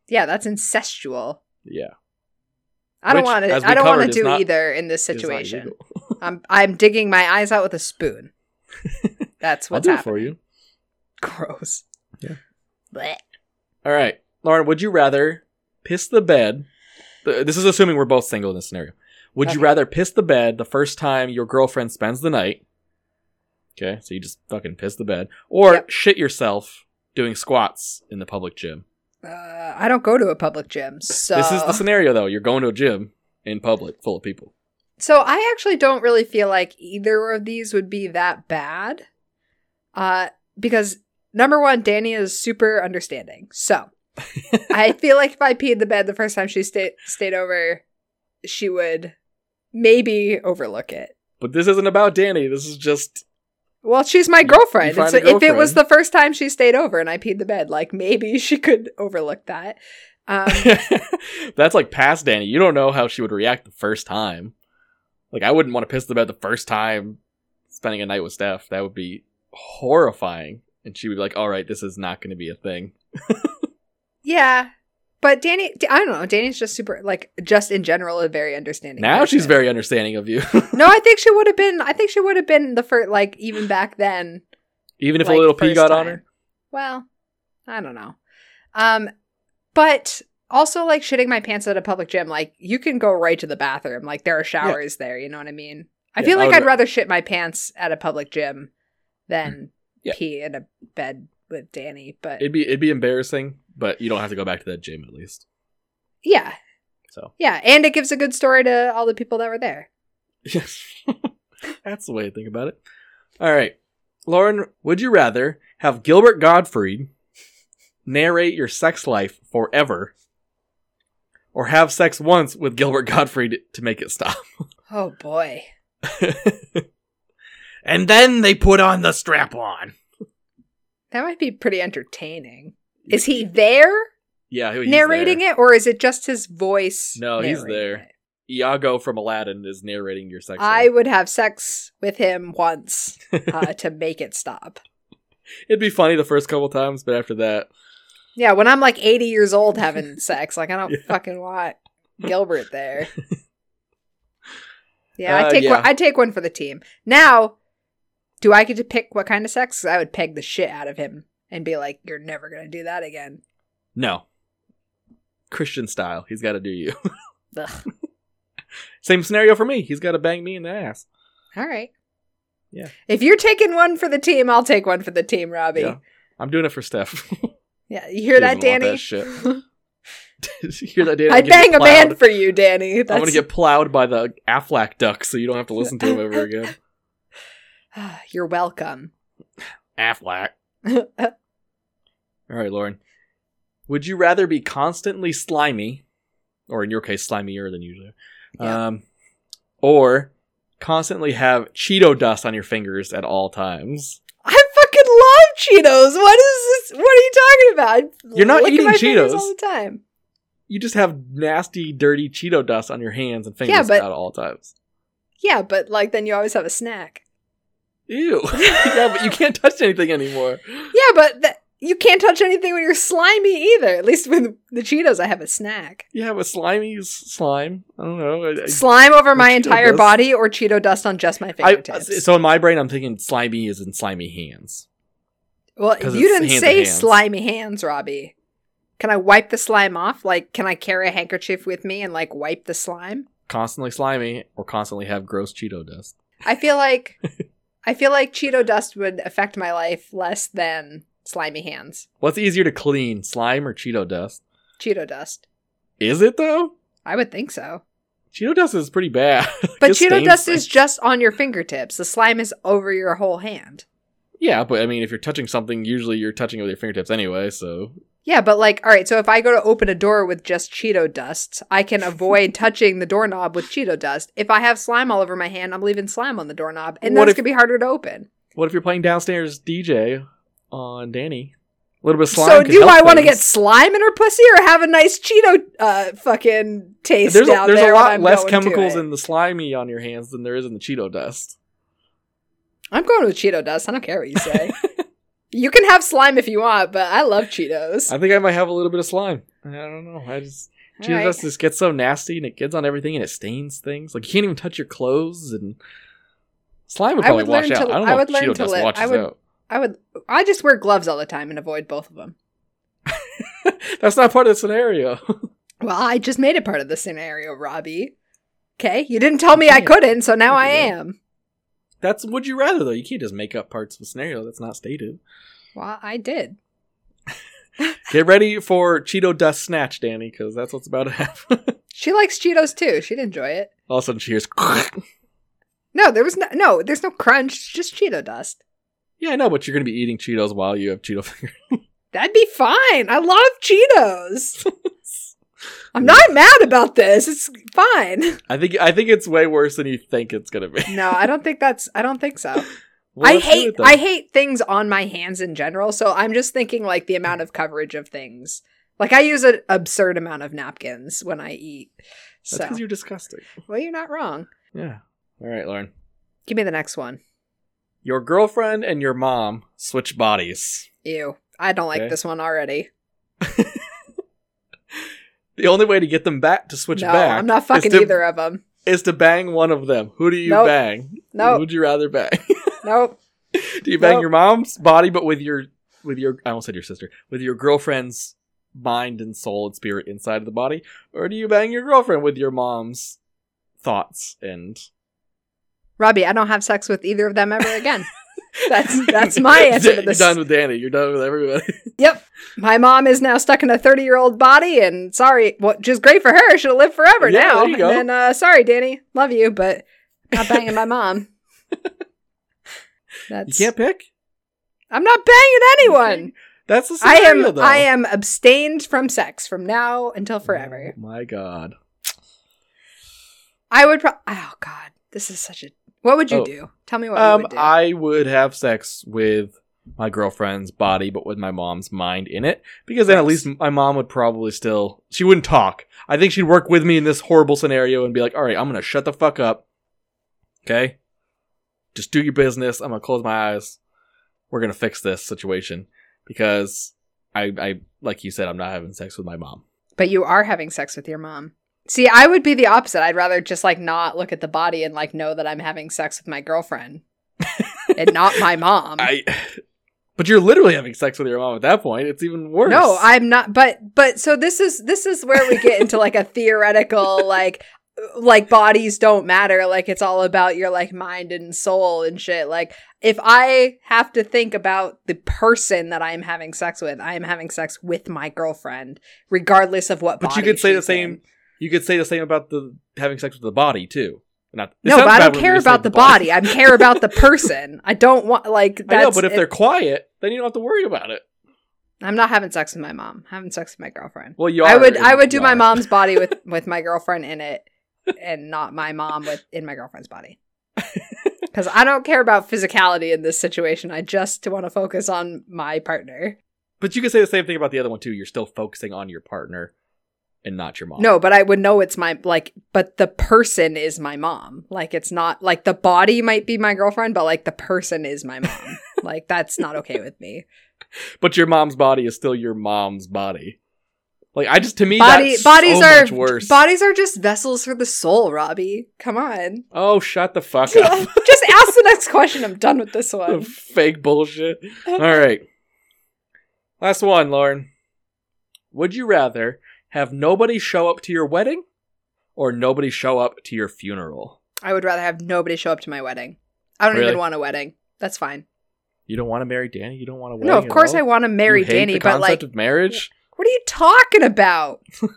Speaker 3: Yeah, that's incestual.
Speaker 1: Yeah,
Speaker 3: I don't
Speaker 1: Which,
Speaker 3: want
Speaker 1: as
Speaker 3: to.
Speaker 1: we
Speaker 3: I don't
Speaker 1: covered,
Speaker 3: want
Speaker 1: is
Speaker 3: to do
Speaker 1: not-
Speaker 3: either in this
Speaker 1: it's not
Speaker 3: situation.
Speaker 1: legal.
Speaker 3: I'm I'm digging my eyes out with a spoon. That's
Speaker 1: I'll
Speaker 3: what's
Speaker 1: do it
Speaker 3: happening.
Speaker 1: for you.
Speaker 3: Gross.
Speaker 1: Yeah.
Speaker 3: Blech.
Speaker 1: All right, Lauren, would you rather piss the bed? th- This is assuming we're both single in this scenario. Would you
Speaker 3: Okay.
Speaker 1: rather piss the bed the first time your girlfriend spends the night? Okay, so you just fucking piss the bed, or
Speaker 3: Yep.
Speaker 1: shit yourself doing squats in the public gym.
Speaker 3: Uh, I don't go to a public gym, so
Speaker 1: This is the scenario though. You're going to a gym in public, full of people.
Speaker 3: so I actually don't really feel like either of these would be that bad, uh, because number one, Danny is super understanding. So I feel like if I peed the bed the first time she stayed stayed over, she would maybe overlook it.
Speaker 1: But this isn't about Danny. This is just
Speaker 3: Well, she's my girlfriend.
Speaker 1: find
Speaker 3: So
Speaker 1: a
Speaker 3: if it was
Speaker 1: girlfriend.
Speaker 3: the first time she stayed over and I peed the bed, like maybe she could overlook that. Um,
Speaker 1: that's like past Danny. You don't know how she would react the first time. Like I wouldn't want to piss the bed the first time spending a night with Steph. That would be horrifying. And she would be like, "All right, this is not going to be a thing."
Speaker 3: yeah, but Danny, I don't know. Danny's just super, like, just in general, a very understanding.
Speaker 1: Now she's
Speaker 3: person.
Speaker 1: very understanding of you,
Speaker 3: No, I think she would have been. I think she would have been the first, like, even back then.
Speaker 1: even if
Speaker 3: like,
Speaker 1: a little pee
Speaker 3: first
Speaker 1: got on
Speaker 3: time.
Speaker 1: her.
Speaker 3: Well, I don't know. Um, but also like shitting my pants at a public gym, like you can go right to the bathroom. Like there are showers there. You know what I mean? I
Speaker 1: Yeah,
Speaker 3: feel
Speaker 1: I
Speaker 3: like
Speaker 1: would-
Speaker 3: I'd rather shit my pants at a public gym than
Speaker 1: Mm, Yeah.
Speaker 3: pee in a bed with Danny. But
Speaker 1: It'd be it'd be embarrassing, but you don't have to go back to that gym at least.
Speaker 3: yeah,
Speaker 1: So
Speaker 3: yeah, and it gives a good story to all the people that were there.
Speaker 1: yes, that's the way to think about it. All right, Lauren, would you rather have Gilbert Gottfried narrate your sex life forever, or have sex once with Gilbert Gottfried to make it stop?
Speaker 3: Oh boy.
Speaker 1: and then they put on the strap on.
Speaker 3: That might be pretty entertaining. Is he there
Speaker 1: Yeah, he's
Speaker 3: narrating it, or is it just his voice?
Speaker 1: No, he's
Speaker 3: narrating
Speaker 1: there.
Speaker 3: it?
Speaker 1: Iago from Aladdin is narrating your sex.
Speaker 3: I
Speaker 1: life.
Speaker 3: would have sex with him once uh, to make it stop.
Speaker 1: It'd be funny the first couple times, but after that,
Speaker 3: Yeah, when I'm like 80 years old having sex, like I don't
Speaker 1: Yeah.
Speaker 3: fucking want Gilbert there. Yeah,
Speaker 1: Uh,
Speaker 3: I take
Speaker 1: yeah.
Speaker 3: one. I take one for the team. Now, do I get to pick what kind of sex? 'Cause I would peg the shit out of him and be like, "You're never gonna do that again."
Speaker 1: no. Christian style, he's got to do you.
Speaker 3: Ugh.
Speaker 1: Same scenario for me. He's got to bang me in the ass.
Speaker 3: All right.
Speaker 1: Yeah.
Speaker 3: If you're taking one for the team, I'll take one for the team, Robbie.
Speaker 1: Yeah.
Speaker 3: Yeah.
Speaker 1: I'm doing it for Steph.
Speaker 3: you hear
Speaker 1: He
Speaker 3: that,
Speaker 1: doesn't want
Speaker 3: Danny?
Speaker 1: that shit. You hear that, Danny?
Speaker 3: I'd
Speaker 1: I'm gonna
Speaker 3: bang
Speaker 1: get
Speaker 3: a man
Speaker 1: plowed.
Speaker 3: for you, Danny.
Speaker 1: I'm gonna
Speaker 3: That's-
Speaker 1: get plowed by the Aflac duck, so you don't have to listen to him ever again.
Speaker 3: You're welcome.
Speaker 1: Aflac.
Speaker 3: oh
Speaker 1: All right, Lauren. Would you rather be constantly slimy, or in your case, slimier than usual,
Speaker 3: Yeah.
Speaker 1: um, or constantly have Cheeto dust on your fingers at all times?
Speaker 3: I fucking love Cheetos. What is this? What are you talking about? I
Speaker 1: You're not
Speaker 3: lick
Speaker 1: eating
Speaker 3: my fingers
Speaker 1: Cheetos.
Speaker 3: all the time.
Speaker 1: You just have nasty, dirty Cheeto dust on your hands and fingers
Speaker 3: Yeah, but-
Speaker 1: at all times.
Speaker 3: Yeah, but like then you always have a snack.
Speaker 1: Ew. yeah, but you can't touch anything anymore.
Speaker 3: Yeah, but th- you can't touch anything when you're slimy either. At least with the Cheetos, I have a snack.
Speaker 1: Yeah, but slimy is slime. I don't know. I- I-
Speaker 3: Slime over my
Speaker 1: Cheeto
Speaker 3: entire
Speaker 1: dust.
Speaker 3: body or Cheeto dust on just my
Speaker 1: I, uh,
Speaker 3: fingertips.
Speaker 1: so in my brain, I'm thinking slimy is in slimy hands.
Speaker 3: Well,
Speaker 1: 'Cause
Speaker 3: you
Speaker 1: it's
Speaker 3: didn't
Speaker 1: hand
Speaker 3: say
Speaker 1: in hand.
Speaker 3: slimy hands, Robbie. Can I wipe the slime off? Like, can I carry a handkerchief with me and like wipe the slime?
Speaker 1: Constantly slimy or constantly have gross Cheeto dust.
Speaker 3: I feel like I feel like Cheeto dust would affect my life less than slimy hands.
Speaker 1: What's easier to clean, slime or Cheeto dust?
Speaker 3: Cheeto dust.
Speaker 1: Is it though?
Speaker 3: I would think so.
Speaker 1: Cheeto dust is pretty bad.
Speaker 3: But
Speaker 1: It
Speaker 3: Cheeto
Speaker 1: stains
Speaker 3: dust
Speaker 1: things.
Speaker 3: is just on your fingertips. The slime is over your whole hand.
Speaker 1: Yeah, but I mean, if you're touching something, usually you're touching it with your fingertips anyway. So
Speaker 3: Yeah, but like, all right, so if I go to open a door with just Cheeto dust, I can avoid touching the doorknob with Cheeto dust. If I have slime all over my hand, I'm leaving slime on the doorknob, and
Speaker 1: What
Speaker 3: that's
Speaker 1: if-
Speaker 3: gonna be harder to open.
Speaker 1: what if you're playing downstairs DJ on Danny? A little bit of slime.
Speaker 3: so,
Speaker 1: could
Speaker 3: do
Speaker 1: help
Speaker 3: I want to get
Speaker 1: things.
Speaker 3: slime in her pussy or have a nice Cheeto uh, fucking taste
Speaker 1: There's a,
Speaker 3: down
Speaker 1: there's
Speaker 3: there
Speaker 1: a
Speaker 3: when
Speaker 1: lot
Speaker 3: I'm
Speaker 1: less
Speaker 3: going to
Speaker 1: chemicals
Speaker 3: it?
Speaker 1: in the slimy on your hands than there is in the Cheeto dust.
Speaker 3: I'm going with Cheeto dust. I don't care what you say. you can have slime if you want, but I love Cheetos.
Speaker 1: I think I might have a little bit of slime. I don't know. I just
Speaker 3: All
Speaker 1: Cheeto
Speaker 3: right.
Speaker 1: dust just gets so nasty and it gets on everything and it stains things. Like you can't even touch your clothes and slime would
Speaker 3: I
Speaker 1: probably
Speaker 3: would
Speaker 1: wash
Speaker 3: learn
Speaker 1: out.
Speaker 3: to-
Speaker 1: I don't
Speaker 3: I
Speaker 1: know if
Speaker 3: would learn
Speaker 1: Cheeto
Speaker 3: to
Speaker 1: dust
Speaker 3: live-
Speaker 1: washes
Speaker 3: I would-
Speaker 1: out.
Speaker 3: I would. I just wear gloves all the time and avoid both of them.
Speaker 1: That's not part of the scenario.
Speaker 3: Well, I just made it part of the scenario, Robbie. Okay, you didn't tell me I couldn't, so now I am.
Speaker 1: That's would you rather though. You can't just make up parts of a scenario that's not stated.
Speaker 3: Well, I did.
Speaker 1: Get ready for Cheeto dust snatch, Danny, because that's what's about to happen.
Speaker 3: She likes Cheetos too. She'd enjoy it.
Speaker 1: All of a sudden, she hears.
Speaker 3: No, there was no. No, there's no crunch. Just Cheeto dust.
Speaker 1: yeah, I know, but you're gonna be eating Cheetos while you have Cheeto fingers.
Speaker 3: That'd be fine. I love Cheetos. I'm not mad about this. It's fine.
Speaker 1: I think I think it's way worse than you think it's gonna be.
Speaker 3: No, I don't think that's. I don't think so.
Speaker 1: Well,
Speaker 3: I
Speaker 1: let's do
Speaker 3: hate
Speaker 1: it, though.
Speaker 3: I hate things on my hands in general, so I'm just thinking like the amount of coverage of things. Like I use an absurd amount of napkins when I eat.
Speaker 1: That's
Speaker 3: So
Speaker 1: because you're disgusting.
Speaker 3: well, you're not wrong.
Speaker 1: Yeah. All right, Lauren.
Speaker 3: Give me the next one.
Speaker 1: Your girlfriend and your mom switch bodies.
Speaker 3: Ew, I don't like
Speaker 1: Okay.
Speaker 3: this one already.
Speaker 1: The only way to get them back to switch
Speaker 3: no,
Speaker 1: back.
Speaker 3: I'm not
Speaker 1: is
Speaker 3: fucking
Speaker 1: to-
Speaker 3: either of them.
Speaker 1: Is to bang one of them. Who do you
Speaker 3: Nope.
Speaker 1: bang? Who
Speaker 3: Nope,
Speaker 1: would you rather bang?
Speaker 3: nope.
Speaker 1: do you bang
Speaker 3: Nope.
Speaker 1: your mom's body, but with your with your I almost said your sister with your girlfriend's mind and soul and spirit inside of the body, or do you bang your girlfriend with your mom's thoughts and
Speaker 3: Robbie, I don't have sex with either of them ever again. That's- that's my answer to
Speaker 1: You're
Speaker 3: this.
Speaker 1: done with Danny. You're done with everybody.
Speaker 3: yep, my mom is now stuck in a 30 year old body, and sorry, well, just great for her. She'll live forever
Speaker 1: Yeah,
Speaker 3: now.
Speaker 1: there you go.
Speaker 3: And then, uh, sorry, Danny, love you, but not banging my mom.
Speaker 1: You
Speaker 3: That's
Speaker 1: can't pick.
Speaker 3: I'm not banging anyone.
Speaker 1: That's the
Speaker 3: I
Speaker 1: scenario,
Speaker 3: am
Speaker 1: Though.
Speaker 3: I am abstained from sex from now until forever.
Speaker 1: Oh my God.
Speaker 3: I would pro- oh god, this is such a what would you
Speaker 1: Oh.
Speaker 3: do? Tell me what you
Speaker 1: Um,
Speaker 3: would do.
Speaker 1: I would have sex with my girlfriend's body, but with my mom's mind in it, because then at
Speaker 3: Gross.
Speaker 1: least my mom would probably still. She wouldn't talk. I think she'd work with me in this horrible scenario and be like, "All right, I'm gonna shut the fuck up. Okay, just do your business. I'm gonna close my eyes. We're gonna fix this situation because I, I like you said, I'm not having sex with my mom.
Speaker 3: but you are having sex with your mom. See, I would be the opposite. I'd rather just like not look at the body and like know that I'm having sex with my girlfriend and not my mom.
Speaker 1: I." But you're literally having sex with your mom at that point. It's even worse.
Speaker 3: No, I'm not. But but so this is this is where we get into like a theoretical like like bodies don't matter. Like it's all about your like mind and soul and shit. Like if I have to think about the person that I'm having sex with, I am having sex with my girlfriend, regardless of what.
Speaker 1: But you
Speaker 3: body
Speaker 1: could say the
Speaker 3: she's
Speaker 1: same-
Speaker 3: in.
Speaker 1: You could say the same about the having sex with the body too. Not, it
Speaker 3: No,
Speaker 1: sounds
Speaker 3: but I
Speaker 1: bad
Speaker 3: don't
Speaker 1: when
Speaker 3: care
Speaker 1: you say
Speaker 3: about the body. I care about the person. I don't want like that's.
Speaker 1: I know, but if
Speaker 3: it-
Speaker 1: they're quiet, then you don't have to worry about it.
Speaker 3: I'm not having sex with my mom. I'm having sex with my girlfriend.
Speaker 1: Well, you. Are
Speaker 3: I would I
Speaker 1: if
Speaker 3: would do
Speaker 1: you
Speaker 3: my
Speaker 1: are.
Speaker 3: mom's body with with my girlfriend in it, and not my mom with in my girlfriend's body. Because I don't care about physicality in this situation. I just want to focus on my partner.
Speaker 1: But you could say the same thing about the other one too. You're still focusing on your partner and not your mom.
Speaker 3: No, but I would know it's my like. But the person is my mom. Like it's not like the body might be my girlfriend, but like the person is my mom. like that's not okay with me.
Speaker 1: but your mom's body is still your mom's body. Like I just to me,
Speaker 3: Body
Speaker 1: that's
Speaker 3: bodies
Speaker 1: so
Speaker 3: are
Speaker 1: much worse.
Speaker 3: bodies are just vessels for the soul. Robbie, come on.
Speaker 1: oh, shut the fuck
Speaker 3: just
Speaker 1: up!
Speaker 3: ask the next question. I'm done with this one.
Speaker 1: Fake bullshit. All right, Last one, Lauren. Would you rather have nobody show up to your wedding or nobody show up to your funeral?
Speaker 3: I would rather have nobody show up to my wedding. I don't
Speaker 1: Really?
Speaker 3: even want a wedding. That's fine.
Speaker 1: You don't want to marry Danny? You don't want to
Speaker 3: No, of course I want to marry Danny,
Speaker 1: the
Speaker 3: but
Speaker 1: concept
Speaker 3: like,
Speaker 1: of marriage?
Speaker 3: what are you talking about?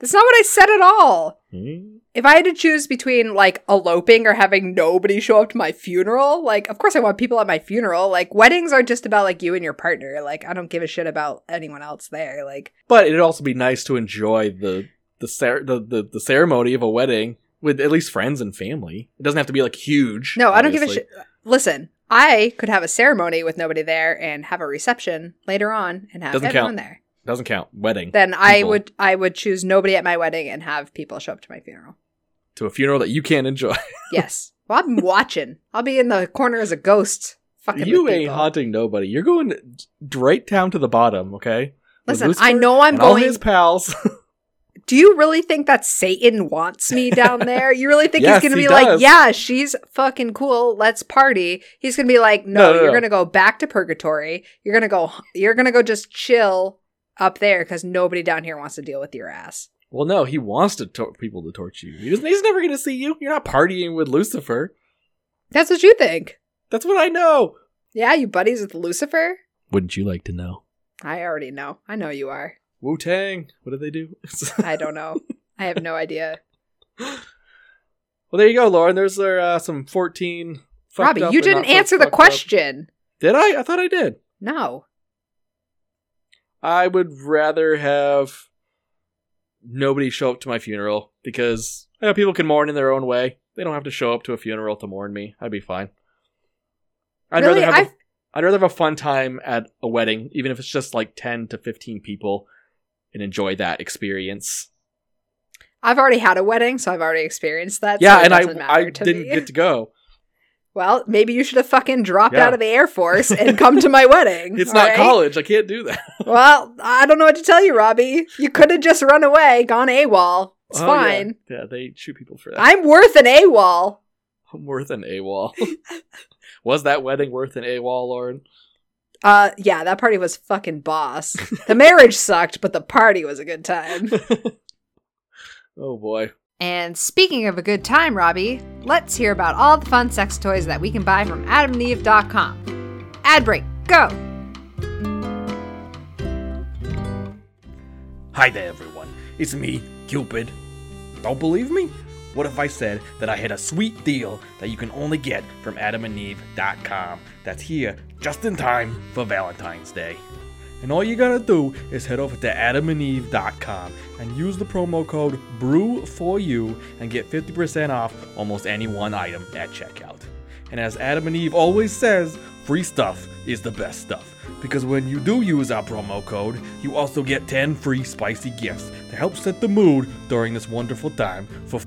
Speaker 3: That's not what I said at all.
Speaker 1: Hmm?
Speaker 3: If I had to choose between like eloping or having nobody show up to my funeral, like, of course I want people at my funeral. Like, weddings are just about like you and your partner. Like, I don't give a shit about anyone else there. Like,
Speaker 1: But it'd also be nice to enjoy the the, cer- the the the ceremony of a wedding with at least friends and family. It doesn't have to be like huge.
Speaker 3: no, I don't give a
Speaker 1: obviously.
Speaker 3: shit. Listen, I could have a ceremony with nobody there and have a reception later on and have
Speaker 1: Doesn't
Speaker 3: everyone
Speaker 1: count.
Speaker 3: there.
Speaker 1: Doesn't count. Wedding
Speaker 3: then I
Speaker 1: people.
Speaker 3: would I would choose nobody at my wedding and have people show up to my funeral.
Speaker 1: to a funeral that you can't enjoy.
Speaker 3: Yes. well, I'm watching. I'll be in the corner as a ghost. Fucking
Speaker 1: you
Speaker 3: with
Speaker 1: ain't
Speaker 3: people.
Speaker 1: haunting nobody. You're going d- right down to the bottom. Okay. With
Speaker 3: Listen,
Speaker 1: Lucifer
Speaker 3: I know I'm
Speaker 1: and all
Speaker 3: going.
Speaker 1: his pals.
Speaker 3: Do you really think that Satan wants me down there? You really think
Speaker 1: Yes,
Speaker 3: he's gonna
Speaker 1: he
Speaker 3: be like,
Speaker 1: does.
Speaker 3: yeah, she's fucking cool. Let's party. He's gonna be like, no,
Speaker 1: No, no,
Speaker 3: you're
Speaker 1: no.
Speaker 3: gonna go back to purgatory. You're gonna go. You're gonna go just chill up there because nobody down here wants to deal with your ass.
Speaker 1: well, no, he wants to tor- people to torture you. He doesn't, he's never going to see you. You're not partying with Lucifer.
Speaker 3: That's what you think.
Speaker 1: That's what I know.
Speaker 3: Yeah, you buddies with Lucifer.
Speaker 1: Wouldn't you like to know?
Speaker 3: I already know. I know you are.
Speaker 1: Wu Tang. What did they do?
Speaker 3: I don't know. I have no idea.
Speaker 1: Well, there you go, Lauren. There's there uh, some 14. fucked
Speaker 3: Robbie,
Speaker 1: up
Speaker 3: you
Speaker 1: and
Speaker 3: didn't
Speaker 1: not so
Speaker 3: answer the
Speaker 1: fucked up.
Speaker 3: question.
Speaker 1: Did I? I thought I did.
Speaker 3: No.
Speaker 1: I would rather have nobody show up to my funeral because you know, people can mourn in their own way. They don't have to show up to a funeral to mourn me. I'd be fine. I'd
Speaker 3: Really?
Speaker 1: rather have
Speaker 3: I've-
Speaker 1: a, I'd rather have a fun time at a wedding, even if it's just like ten to fifteen people, and enjoy that experience.
Speaker 3: I've already had a wedding, so I've already experienced that.
Speaker 1: yeah,
Speaker 3: so it
Speaker 1: and
Speaker 3: doesn't
Speaker 1: I
Speaker 3: matter
Speaker 1: I
Speaker 3: to
Speaker 1: didn't
Speaker 3: me.
Speaker 1: get to go.
Speaker 3: Well, maybe you should have fucking dropped
Speaker 1: Yeah.
Speaker 3: out of the Air Force and come to my wedding.
Speaker 1: It's
Speaker 3: all
Speaker 1: not
Speaker 3: right?
Speaker 1: college. I can't do that.
Speaker 3: Well, I don't know what to tell you, Robbie. You could have just run away, gone AWOL. It's
Speaker 1: Oh, yeah.
Speaker 3: fine.
Speaker 1: Yeah. they shoot people for that.
Speaker 3: I'm worth an AWOL.
Speaker 1: I'm worth an AWOL. Was that wedding worth an AWOL, Lauren?
Speaker 3: Uh, yeah, that party was fucking boss. the marriage sucked, but the party was a good time.
Speaker 1: oh boy.
Speaker 3: And speaking of a good time, Robbie, let's hear about all the fun sex toys that we can buy from adamandeve.com. Ad break, go!
Speaker 1: Hi there, everyone. It's me, Cupid. Don't believe me? What if I said that I had a sweet deal that you can only get from adamandeve.com that's here just in time for Valentine's Day? And all you gotta do is head over to adamandeve.com and use the promo code BREW4U and get 50% off almost any one item at checkout. And as Adam and Eve always says, free stuff is the best stuff. Because when you do use our promo code, you also get 10 free spicy gifts to help set the mood during this wonderful time for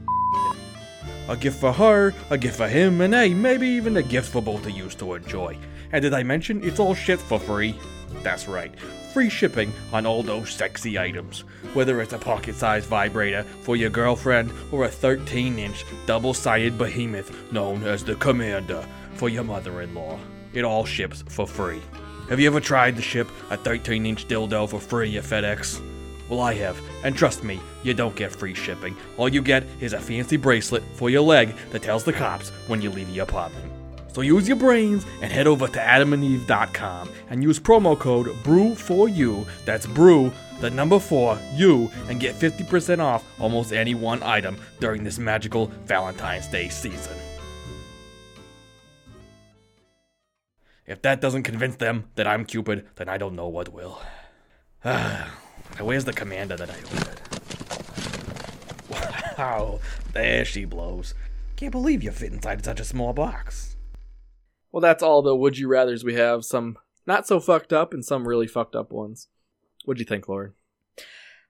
Speaker 1: a gift for her, a gift for him, and hey, maybe even a gift for both of you to enjoy. And did I mention it's all shit for free? That's right, free shipping on all those sexy items. Whether it's a pocket sized vibrator for your girlfriend or a 13 inch double sided behemoth known as the Commander for your mother in law, it all ships for free. Have you ever tried to ship a 13 inch dildo for free at FedEx? Well, I have, and trust me, you don't get free shipping. All you get is a fancy bracelet for your leg that tells the cops when you leave your apartment. So use your brains and head over to adamandeve.com and use promo code BREW4U, that's BREW, the number 4, U, and get 50% off almost any one item during this magical Valentine's Day season. If that doesn't convince them that I'm Cupid, then I don't know what will. Now, Ah, where's the commander that I ordered? Wow, there she blows. Can't believe you fit inside such a small box. Well, that's all the would you rather's we have. Some not so fucked up and some really fucked up ones. What'd you think, Lauren?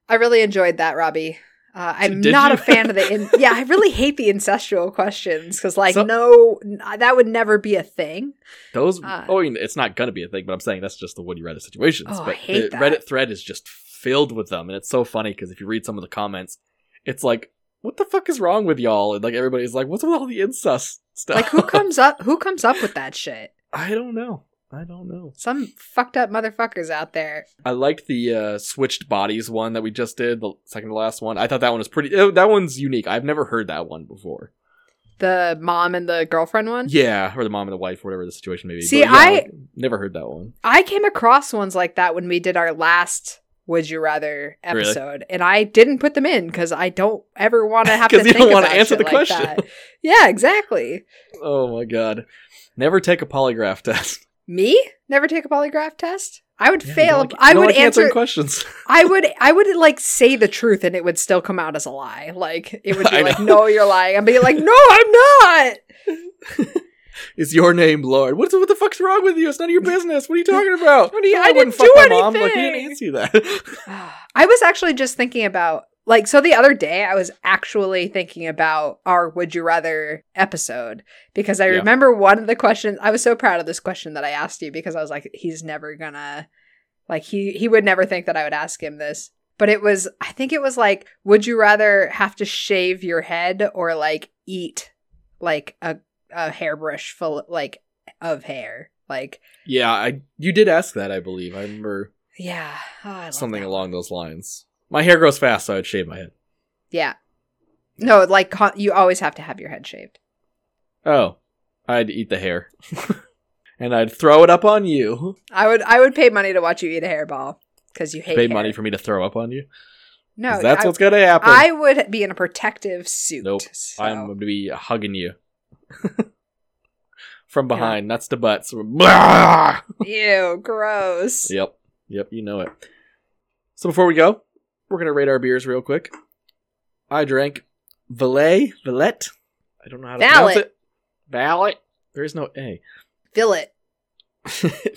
Speaker 3: I really enjoyed that, Robbie. Uh, I'm
Speaker 1: Did
Speaker 3: not
Speaker 1: you?
Speaker 3: a fan of the. In- yeah, I really hate the incestual questions because, like,
Speaker 1: So-
Speaker 3: no, n- uh, that would never be a thing.
Speaker 1: Those.
Speaker 3: Uh.
Speaker 1: oh, I mean, it's not gonna be a thing, but I'm saying that's just the would you rather situations.
Speaker 3: Oh, I
Speaker 1: but
Speaker 3: hate
Speaker 1: the
Speaker 3: that.
Speaker 1: Reddit thread is just filled with them, and it's so funny because if you read some of the comments, it's like, what the fuck is wrong with y'all? And like everybody's like, what's with all the incest stuff?
Speaker 3: Like, who comes up? Who comes up with that shit?
Speaker 1: I don't know. I don't know.
Speaker 3: Some fucked up motherfuckers out there.
Speaker 1: I liked the uh, switched bodies one that we just did, the second to last one. I thought that one was pretty. uh, That one's unique. I've never heard that one before.
Speaker 3: The mom and the girlfriend one.
Speaker 1: Yeah, or the mom and the wife, whatever the situation may be.
Speaker 3: See,
Speaker 1: yeah,
Speaker 3: I-
Speaker 1: like, never heard that one.
Speaker 3: I came across ones like that when we did our last Would You Rather
Speaker 1: Really?
Speaker 3: episode, and I didn't put them in because I don't ever want to have to
Speaker 1: 'Cause you
Speaker 3: think
Speaker 1: don't wanna
Speaker 3: about
Speaker 1: answer
Speaker 3: shit
Speaker 1: the
Speaker 3: like
Speaker 1: question.
Speaker 3: that. Yeah, exactly.
Speaker 1: Oh my god, never take a polygraph test.
Speaker 3: Me never take a polygraph test. I would
Speaker 1: Yeah, you
Speaker 3: fail.
Speaker 1: don't like-
Speaker 3: I
Speaker 1: you don't
Speaker 3: would
Speaker 1: like
Speaker 3: answer.
Speaker 1: answering questions.
Speaker 3: I would. I would like say the truth, and it would still come out as a lie. Like it would
Speaker 1: I
Speaker 3: be like,
Speaker 1: know.
Speaker 3: "No, you're lying." I'd be like, "No, I'm not."
Speaker 1: Is your name Lord? What, what the fuck's wrong with you? It's none of your business. What are you talking about?
Speaker 3: What do you-
Speaker 1: No,
Speaker 3: I
Speaker 1: wouldn't
Speaker 3: didn't do
Speaker 1: fuck my mom. Like, you
Speaker 3: anything.
Speaker 1: didn't answer that.
Speaker 3: I was actually just thinking about like so the other day I was actually thinking about our would you rather episode because I
Speaker 1: Yeah.
Speaker 3: remember one of the questions I was so proud of this question that I asked you because I was like he's never gonna like he he would never think that I would ask him this but it was I think it was like would you rather have to shave your head or like eat like a a hairbrush full like of hair like
Speaker 1: yeah, I you did ask that, I believe. I remember
Speaker 3: yeah Oh, I love
Speaker 1: something
Speaker 3: that.
Speaker 1: along those lines. My hair grows fast, so I'd shave my head.
Speaker 3: yeah no like con- you always have to have your head shaved
Speaker 1: Oh, I'd eat the hair, and I'd throw it up on you.
Speaker 3: I would I would pay money to watch you eat a hairball because you hate
Speaker 1: Pay
Speaker 3: hair.
Speaker 1: money for me to throw up on you. 'Cause
Speaker 3: no.
Speaker 1: that's
Speaker 3: I,
Speaker 1: what's gonna happen.
Speaker 3: I would be in a protective suit.
Speaker 1: Nope.
Speaker 3: so-
Speaker 1: I'm gonna be hugging you from behind, nuts to butts. Blah!
Speaker 3: ew, gross.
Speaker 1: Yep. Yep, you know it. So before we go, we're gonna rate our beers real quick. I drank Valet, Valette. I don't know how to pronounce
Speaker 3: Valet.
Speaker 1: it. Valet. There is no A.
Speaker 3: Fill it.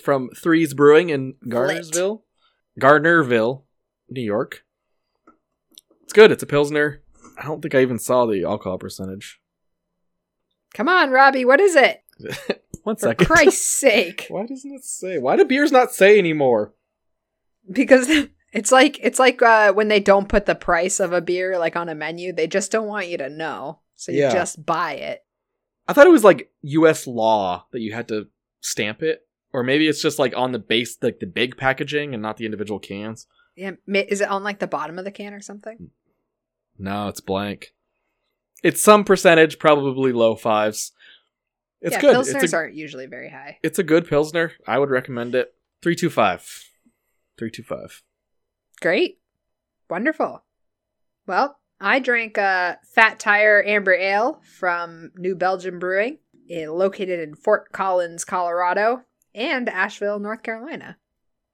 Speaker 1: From Threes Brewing in Gardnersville. Gardnerville, New York. It's good. It's a Pilsner. I don't think I even saw the alcohol percentage.
Speaker 3: Come on, Robbie. What is it?
Speaker 1: One
Speaker 3: For
Speaker 1: second.
Speaker 3: Christ's sake!
Speaker 1: Why doesn't it say? Why do beers not say anymore?
Speaker 3: Because it's like it's like uh, when they don't put the price of a beer like on a menu, they just don't want you to know, so you
Speaker 1: Yeah.
Speaker 3: just buy it.
Speaker 1: I thought it was like U.S. law that you had to stamp it, or maybe it's just like on the base, like the big packaging, and not the individual cans.
Speaker 3: Yeah, ma- is it on like the bottom of the can or something?
Speaker 1: No, it's blank. It's some percentage, probably low fives. It's
Speaker 3: yeah,
Speaker 1: good.
Speaker 3: Pilsners
Speaker 1: It's a,
Speaker 3: aren't usually very high.
Speaker 1: it's a good pilsner. I would recommend it. Three two five. Three two five.
Speaker 3: Great. Wonderful. Well, I drank a Fat Tire Amber Ale from New Belgium Brewing, eh, located in Fort Collins, Colorado, and Asheville, North Carolina.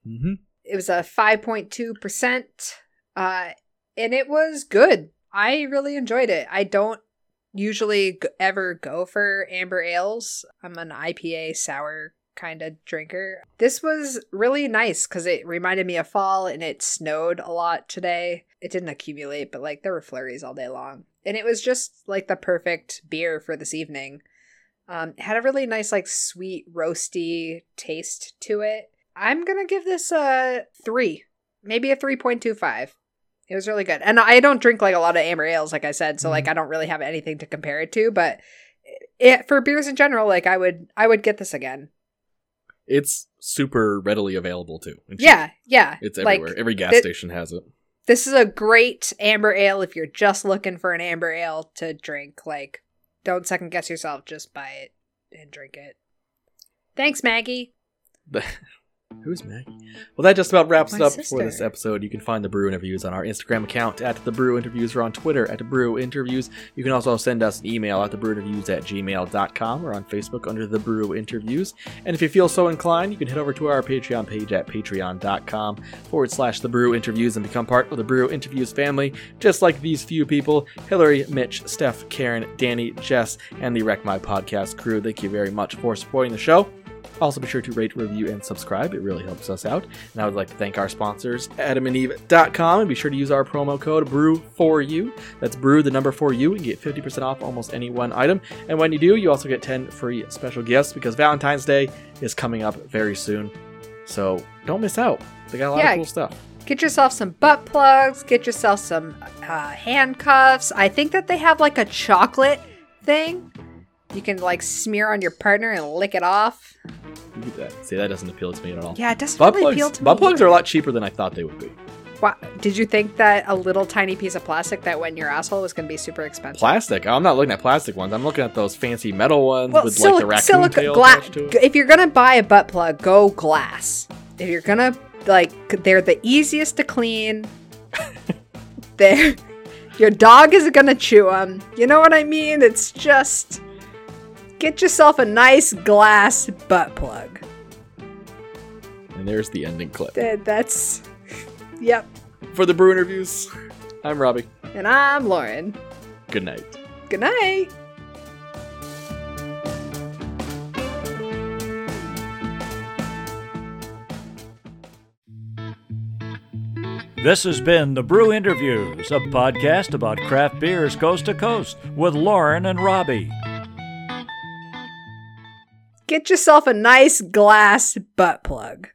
Speaker 1: Mm-hmm.
Speaker 3: It was a 5.2%, uh, and it was good. I really enjoyed it. I don't usually g- ever go for amber ales. I'm an IPA sour kind of drinker. This was really nice because it reminded me of fall and it snowed a lot today. It didn't accumulate, but like there were flurries all day long. And it was just like the perfect beer for this evening. Um, it had a really nice, like sweet, roasty taste to it. I'm gonna give this a three, maybe a 3.25. It was really good. And I don't drink like a lot of amber ales, like I said, so like I don't really have anything to compare it to, but it, for beers in general, like I would I would get this again.
Speaker 1: It's super readily available too. and cheap.
Speaker 3: Yeah, yeah.
Speaker 1: it's
Speaker 3: like,
Speaker 1: everywhere. Every gas
Speaker 3: that-
Speaker 1: station has it.
Speaker 3: This is a great amber ale if you're just looking for an amber ale to drink. Like, don't second guess yourself. Just buy it and drink it. Thanks, Maggie.
Speaker 1: Who's Maggie? Well, that just about wraps it
Speaker 3: My
Speaker 1: up for this
Speaker 3: sister.
Speaker 1: episode. You can find the Brew Interviews on our Instagram account at the Brew Interviews or on Twitter at the Brew Interviews. You can also send us an email at Interviews at gmail.com or on Facebook under the Brew Interviews. And if you feel so inclined, you can head over to our Patreon page at patreon.com forward slash the Brew Interviews and become part of the Brew Interviews family, just like these few people Hillary, Mitch, Steph, Karen, Danny, Jess, and the Wreck My Podcast crew. Thank you very much for supporting the show. Also, be sure to rate, review, and subscribe. It really helps us out. And I would like to thank our sponsors, adamandeve.com, and be sure to use our promo code BREW4U. That's BREW, the number 4U, and get 50% off almost any one item. And when you do, you also get 10 free special gifts because Valentine's Day is coming up very soon. So don't miss out. They got a lot
Speaker 3: Yeah.
Speaker 1: of cool stuff.
Speaker 3: Get yourself some butt plugs. Get yourself some uh, handcuffs. I think that they have like a chocolate thing you can like smear on your partner and lick it off.
Speaker 1: See, that doesn't appeal to me at all.
Speaker 3: Yeah, it doesn't
Speaker 1: Butt
Speaker 3: really appeal
Speaker 1: plugs,
Speaker 3: to
Speaker 1: butt
Speaker 3: me.
Speaker 1: plugs are a lot cheaper than I thought they would be.
Speaker 3: Wha- did you think that a little tiny piece of plastic that went in your asshole was going to be super expensive?
Speaker 1: Plastic. I'm not looking at plastic ones. I'm looking at those fancy metal ones
Speaker 3: well,
Speaker 1: with
Speaker 3: silica,
Speaker 1: like the raccoon
Speaker 3: silica,
Speaker 1: tail
Speaker 3: gla-
Speaker 1: attached to it.
Speaker 3: if you're gonna buy a butt plug, go glass. If you're gonna like, they're the easiest to clean. they're your dog is gonna chew them. You know what I mean? It's just get yourself a nice glass butt plug.
Speaker 1: And there's the ending clip.
Speaker 3: Th- That's yep.
Speaker 1: For the brew interviews, I'm Robbie.
Speaker 3: And I'm Lauren.
Speaker 1: Good night.
Speaker 3: Good night.
Speaker 2: This has been The Brew Interviews, a podcast about craft beers coast to coast with Lauren and Robbie.
Speaker 3: Get yourself a nice glass butt plug.